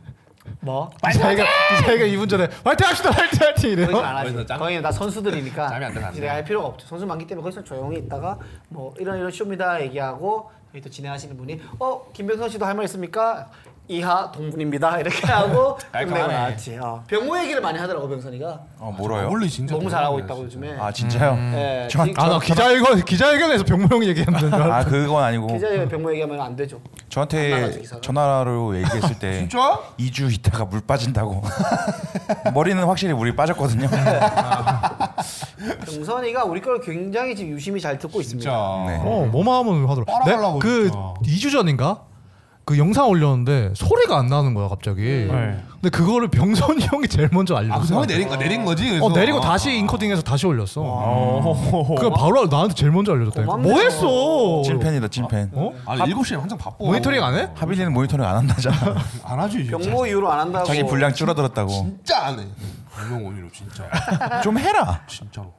Speaker 1: 뭐
Speaker 4: 자기가 자기가 2분 전에 화이팅 합시다 화이팅 화이팅
Speaker 1: 거기서
Speaker 4: 이래요.
Speaker 1: 안
Speaker 2: 거기서
Speaker 1: 하지.
Speaker 2: 짬?
Speaker 1: 거기는 다 선수들이니까
Speaker 2: 짬이 안 돼, 안 돼.
Speaker 1: 진행할 필요가 없죠. 선수 많기 때문에 거기서 조용히 있다가 뭐 이런 이런 쇼입니다 얘기하고 여기 또 진행하시는 분이 어 김병선 씨도 할 말 있습니까? 이하 동분입니다 이렇게 하고 끝내고
Speaker 2: 깔끔하네.
Speaker 1: 나왔지. 어. 병모 얘기를 많이 하더라고 병선이가
Speaker 5: 어, 뭐라요?
Speaker 2: 원래 진짜
Speaker 1: 너무 잘하고 있다고 요즘에.
Speaker 5: 아 진짜요?
Speaker 1: 예,
Speaker 5: 전-
Speaker 1: 기-
Speaker 4: 아 나 기자회견 기자회견에서 병모 형 얘기하는 줄
Speaker 5: 아
Speaker 4: 알았어.
Speaker 5: 그건 아니고
Speaker 1: 기자에 병모 얘기하면 안 되죠. 안 나가죠,
Speaker 5: 저한테
Speaker 1: 기사가.
Speaker 5: 전화로 얘기했을 때
Speaker 2: 진짜?
Speaker 5: 2주 있다가 물 빠진다고 머리는 확실히 물이 빠졌거든요.
Speaker 1: 병선이가 우리 걸 굉장히 지금 유심히 잘 듣고 있습니다.
Speaker 2: 진짜.
Speaker 5: 네.
Speaker 4: 어 뭐만 하면 하더라.
Speaker 2: 빨아가려고
Speaker 4: 그
Speaker 2: 진짜.
Speaker 4: 2주 전인가? 그 영상 올렸는데 소리가 안 나는 거야 갑자기.
Speaker 3: 네.
Speaker 4: 근데 그거를 병선이 형이 제일 먼저
Speaker 2: 아, 그
Speaker 4: 알려줬어.
Speaker 2: 형이 내린 거 내린 거지. 그래서.
Speaker 4: 어 내리고
Speaker 2: 아,
Speaker 4: 다시
Speaker 2: 아.
Speaker 4: 인코딩해서 다시 올렸어. 그거 바로 나한테 제일 먼저 알려줬다니까.
Speaker 1: 고맙네.
Speaker 4: 뭐 했어?
Speaker 5: 찐팬이다 찐팬.
Speaker 4: 어?
Speaker 2: 아니 7시에 한창 바빠.
Speaker 4: 모니터링 안
Speaker 3: 어.
Speaker 4: 해?
Speaker 5: 하빌리는 모니터링 안 한다잖아.
Speaker 2: 안 하지. 진짜.
Speaker 1: 병모 이후로 안 한다고.
Speaker 5: 자기 분량 줄어들었다고.
Speaker 2: 어. 진짜 안 해. 병모 원희로 진짜.
Speaker 5: 좀 해라.
Speaker 2: 진짜로.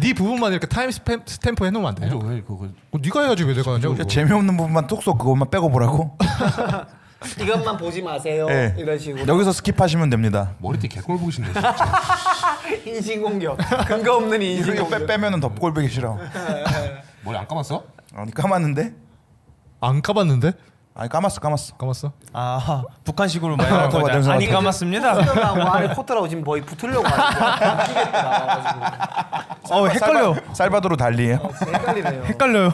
Speaker 4: 네 부분만 이렇게 타임 스탬- 스탬프 해놓으면 안 돼?
Speaker 2: 근데 왜 그거
Speaker 4: 어, 네가 해야지 왜 내가 하냐고.
Speaker 5: 그러니까 재미없는 부분만 톡쏙 그것만 빼고 보라고.
Speaker 1: 이것만 보지 마세요.
Speaker 5: 예.
Speaker 1: 이런 식으로
Speaker 5: 여기서 스킵하시면 됩니다.
Speaker 2: 머리띠 개꼴 보기 싫네. 진짜.
Speaker 1: 인신공격 근거 없는
Speaker 5: 이거
Speaker 1: 인신공격.
Speaker 5: 빼 빼면은 더 꼴보기 싫어.
Speaker 2: 머리 안 감았어?
Speaker 5: 아니 까맣는데?
Speaker 4: 안 까봤는데?
Speaker 5: 아니 까맣어 까맣어.
Speaker 4: 까봤어?
Speaker 3: 아 어, 북한식으로 말하는
Speaker 5: 맞아,
Speaker 3: 거죠.
Speaker 5: 맞아.
Speaker 3: 아니 감았습니다.
Speaker 1: 코트라고 안에 아, 코트라고 지금 거의 붙으려고 하는 거 죽겠다 나와가지고.
Speaker 3: 어 헷갈려. 어,
Speaker 5: 살바- 살바도르 달리예요.
Speaker 1: 진짜 헷갈리네요.
Speaker 3: 헷갈려요.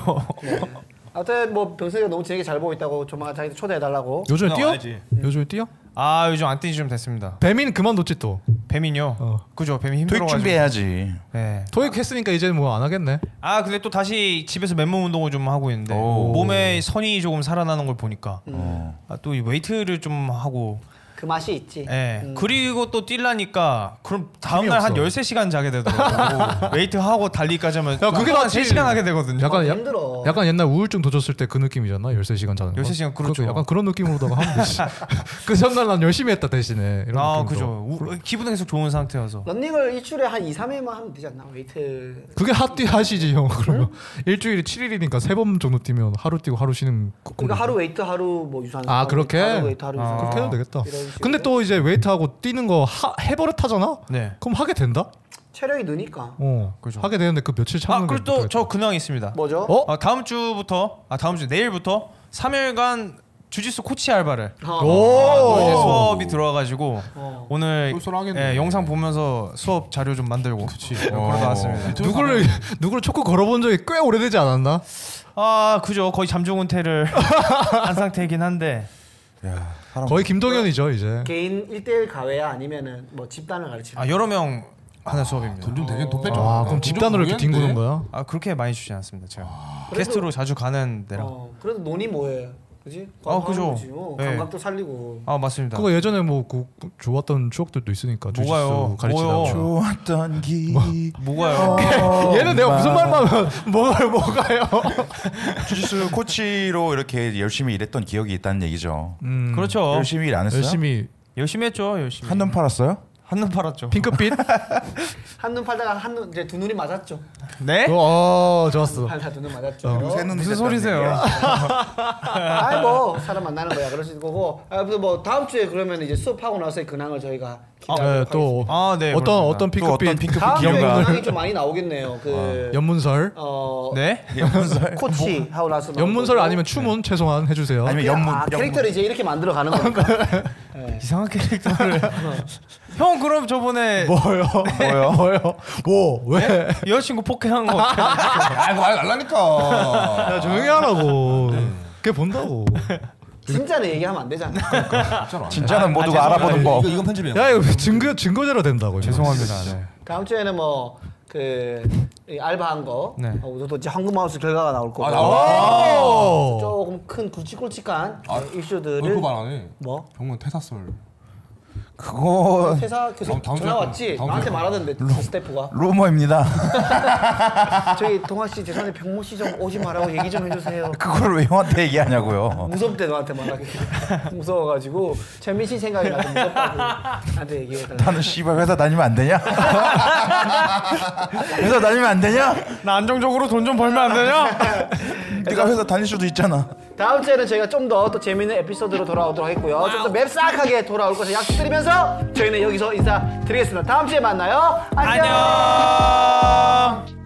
Speaker 1: 아무튼 뭐 병선이가 너무 재밌게 잘 보고 있다고 조만간 자기도 초대해달라고.
Speaker 4: 요즘에
Speaker 2: 나
Speaker 4: 뛰어?
Speaker 2: 와야지.
Speaker 4: 요즘에 뛰어?
Speaker 3: 아 요즘 안 뛴지 좀 됐습니다.
Speaker 4: 배민 그만뒀지 또.
Speaker 3: 뱀이요. 그죠. 뱀이
Speaker 5: 토익
Speaker 3: 힘들어가지고.
Speaker 5: 준비해야지.
Speaker 3: 네.
Speaker 4: 토익 했으니까 이제는 뭐 안 하겠네.
Speaker 3: 아 근데 또 다시 집에서 맨몸 운동을 좀 하고 있는데
Speaker 5: 오.
Speaker 3: 몸에 선이 조금 살아나는 걸 보니까
Speaker 1: 음.
Speaker 5: 어.
Speaker 3: 아, 또이 웨이트를 좀 하고
Speaker 1: 그 맛이 있지.
Speaker 3: 예.
Speaker 1: 음.
Speaker 3: 그리고 또 뛸라니까 그럼 다음 날
Speaker 4: 없어.
Speaker 3: 한 13시간 자게 되더라고. 웨이트 하고 달리기까지 하면
Speaker 4: 야, 그게
Speaker 3: 한
Speaker 4: 낫지.
Speaker 3: 3시간 하게 되거든요.
Speaker 4: 약간 야-
Speaker 1: 힘들어.
Speaker 4: 약간 옛날 우울증 도졌을 때 그 느낌이잖아. 13시간 자는 거.
Speaker 3: 13시간 그렇죠.
Speaker 4: 그러니까 약간 그런 느낌으로다가 하면 되지. 그 전날 난 열심히 했다 대신에. 이런
Speaker 3: 아
Speaker 4: 느낌으로.
Speaker 3: 그죠. 우- 기분은 계속 좋은 상태여서. 아,
Speaker 1: 런닝을 일주일에 한 2, 3회만 하면 되지 않나? 웨이트.
Speaker 4: 그게 핫뛰
Speaker 1: 그러니까.
Speaker 4: 하시지
Speaker 1: 아,
Speaker 4: 형. 그러면 일주일에 7일이니까 세 번 정도 뛰면 하루 뛰고 하루 쉬는 그
Speaker 1: 그러니까 하루 웨이트 하루 뭐 유산소.
Speaker 4: 아
Speaker 1: 하루
Speaker 4: 그렇게
Speaker 1: 하루 웨이트 하루
Speaker 4: 아,
Speaker 1: 유산소.
Speaker 4: 그렇게 해도 되겠다.
Speaker 1: 이런 식으로.
Speaker 4: 근데 또 이제 웨이트하고 뛰는 거 하, 해버릇 하잖아.
Speaker 3: 네.
Speaker 4: 그럼 하게 된다.
Speaker 1: 체력이 느니까.
Speaker 4: 어,
Speaker 3: 그죠.
Speaker 4: 하게 되는데 그 며칠 참는
Speaker 3: 아 그리고
Speaker 4: 게
Speaker 3: 또저 근황 있습니다.
Speaker 1: 뭐죠?
Speaker 4: 어?
Speaker 3: 아, 다음 주부터 아 다음 주 내일부터 3일간 주짓수 코치 알바를
Speaker 1: 어.
Speaker 3: 또 이제
Speaker 4: 오.
Speaker 3: 수업이 들어와가지고
Speaker 1: 어.
Speaker 3: 오늘
Speaker 2: 쏠쏠 하겠네.
Speaker 3: 예, 영상 보면서 수업 자료 좀 만들고 그치.
Speaker 5: 어.
Speaker 3: 그러다 왔습니다.
Speaker 4: 누구를 누구를 초코 걸어본 적이 꽤 오래되지 않았나?
Speaker 3: 아 그죠 거의 잠중운퇴를 한 상태이긴 한데
Speaker 5: 야, 사람
Speaker 4: 거의 김동현이죠 이제.
Speaker 1: 개인 1대1 가외야 아니면은 뭐 집단을 가르치는.
Speaker 4: 예.
Speaker 3: 아 여러 명 하는 수업입니다.
Speaker 2: 돈좀 되게 돈 뺐죠.
Speaker 4: 아 그럼 집단으로 이렇게 뒹구는 거야?
Speaker 3: 아 그렇게 많이 주지 않습니다 제가
Speaker 1: 그래도-
Speaker 3: 게스트로 자주 가는 데랑
Speaker 1: 어, 그래도 논이 뭐예요? 그지?
Speaker 3: 아,
Speaker 1: 관광하는
Speaker 3: 그죠.
Speaker 1: 거지. 어,
Speaker 3: 예.
Speaker 1: 감각도 살리고.
Speaker 3: 아 맞습니다
Speaker 4: 그거 예전에 뭐 그, 좋았던 추억들도 있으니까
Speaker 3: 뭐가요?
Speaker 4: 주짓수
Speaker 3: 뭐요?
Speaker 4: 가르치다.
Speaker 5: 좋았던 기.
Speaker 3: 어. 뭐,
Speaker 5: 어,
Speaker 3: 뭐가요
Speaker 4: 얘는 내가 무슨 말만 하면 뭐가요 뭐가요?
Speaker 5: 주짓수 코치로 이렇게 열심히 일했던 기억이 있다는 얘기죠.
Speaker 4: 음,
Speaker 3: 그렇죠 열심히,
Speaker 5: 열심히 일 안 했어요?
Speaker 4: 열심히
Speaker 3: 했죠 열심히
Speaker 5: 한눈 팔았어요?
Speaker 3: 한눈 팔았죠.
Speaker 4: 핑크빛.
Speaker 1: 한눈 팔다가 한눈 이제 두 눈이 맞았죠.
Speaker 3: 네?
Speaker 4: 어 좋았어.
Speaker 1: 팔다 두 눈 맞았죠.
Speaker 3: 무슨 소리세요?
Speaker 1: 아이 뭐 사람 만나는 거야 그러실 거고. 아, 근데 뭐 다음 주에 그러면 이제 수업하고 나서의 근황을 저희가 기대하도록
Speaker 4: 네, 또
Speaker 3: 아, 네,
Speaker 4: 어떤
Speaker 3: 그렇습니다.
Speaker 4: 어떤
Speaker 5: 또 어떤
Speaker 4: 핑크빛
Speaker 5: 핑크빛
Speaker 1: 하겠습니다. 다음 주에
Speaker 5: 기억나.
Speaker 1: 근황이 좀 많이 나오겠네요.
Speaker 4: 아,
Speaker 1: 그
Speaker 4: 연문설.
Speaker 1: 어,
Speaker 3: 네?
Speaker 1: 코치 하고 나서
Speaker 4: 연문설
Speaker 1: 나오고.
Speaker 4: 아니면 추문 최소한 해주세요.
Speaker 5: 아니면 연문.
Speaker 1: 아,
Speaker 5: 연문.
Speaker 1: 캐릭터를 이제 이렇게 만들어 가는 거니까.
Speaker 3: 이상한 캐릭터를. 형 그럼 저번에
Speaker 4: 뭐요? 뭐요? 뭐요? 뭐 왜?
Speaker 3: 여자친구 폭행한 거 어떻게 하세요?
Speaker 2: 아, 그말 날라니까.
Speaker 4: 야, 조용히 하라고. 그게 본다고.
Speaker 1: 진짜는 얘기하면 안 되잖아.
Speaker 5: 진짜는 모두가
Speaker 3: 아,
Speaker 5: 알아보는 법.
Speaker 2: 이거 이건 편집이에요.
Speaker 4: 야 이거 증거 증거제로 된다고. 이거.
Speaker 3: 죄송합니다. 네.
Speaker 1: 다음 주에는 뭐, 뭐그 알바한 거.
Speaker 3: 네.
Speaker 1: 어, 저도 이제 황금하우스 결과가 나올 거고. 네,
Speaker 2: 아,
Speaker 4: 어!
Speaker 2: 나와.
Speaker 4: 오!
Speaker 1: 조금 큰 굵직굵직한 네,
Speaker 2: 아,
Speaker 1: 이슈들을
Speaker 2: 얼굴 말안 해.
Speaker 1: 뭐
Speaker 2: 병원 퇴사설.
Speaker 5: 그거
Speaker 1: 회사 계속
Speaker 2: 다음- 다음
Speaker 1: 전화
Speaker 2: 주에
Speaker 1: 왔지
Speaker 2: 다음
Speaker 1: 나한테
Speaker 2: 주에
Speaker 1: 말하던데 스태프가
Speaker 5: 루머입니다.
Speaker 1: 저기 동아 씨 죄송한데 병모 씨 좀 오지 말라고 얘기 좀 해주세요.
Speaker 5: 그걸 왜 형한테 얘기하냐고요.
Speaker 1: 무섭대 너한테 말하기 무서워가지고 재민 씨 생각이 나서 무섭다고 나한테 얘기해달라.
Speaker 5: 나는 씨발 회사 다니면 안 되냐? 회사 다니면 안 되냐?
Speaker 3: 나 안정적으로 돈 좀 벌면 안 되냐?
Speaker 5: 네가 회사 다닐 수도 있잖아.
Speaker 1: 다음 주에는 저희가 좀 더 또 재밌는 에피소드로 돌아오도록 하겠고요. 좀 더 맵싹하게 돌아올 것을 약속드리면서 저희는 여기서 인사드리겠습니다. 다음 주에 만나요. 안녕.
Speaker 3: 안녕.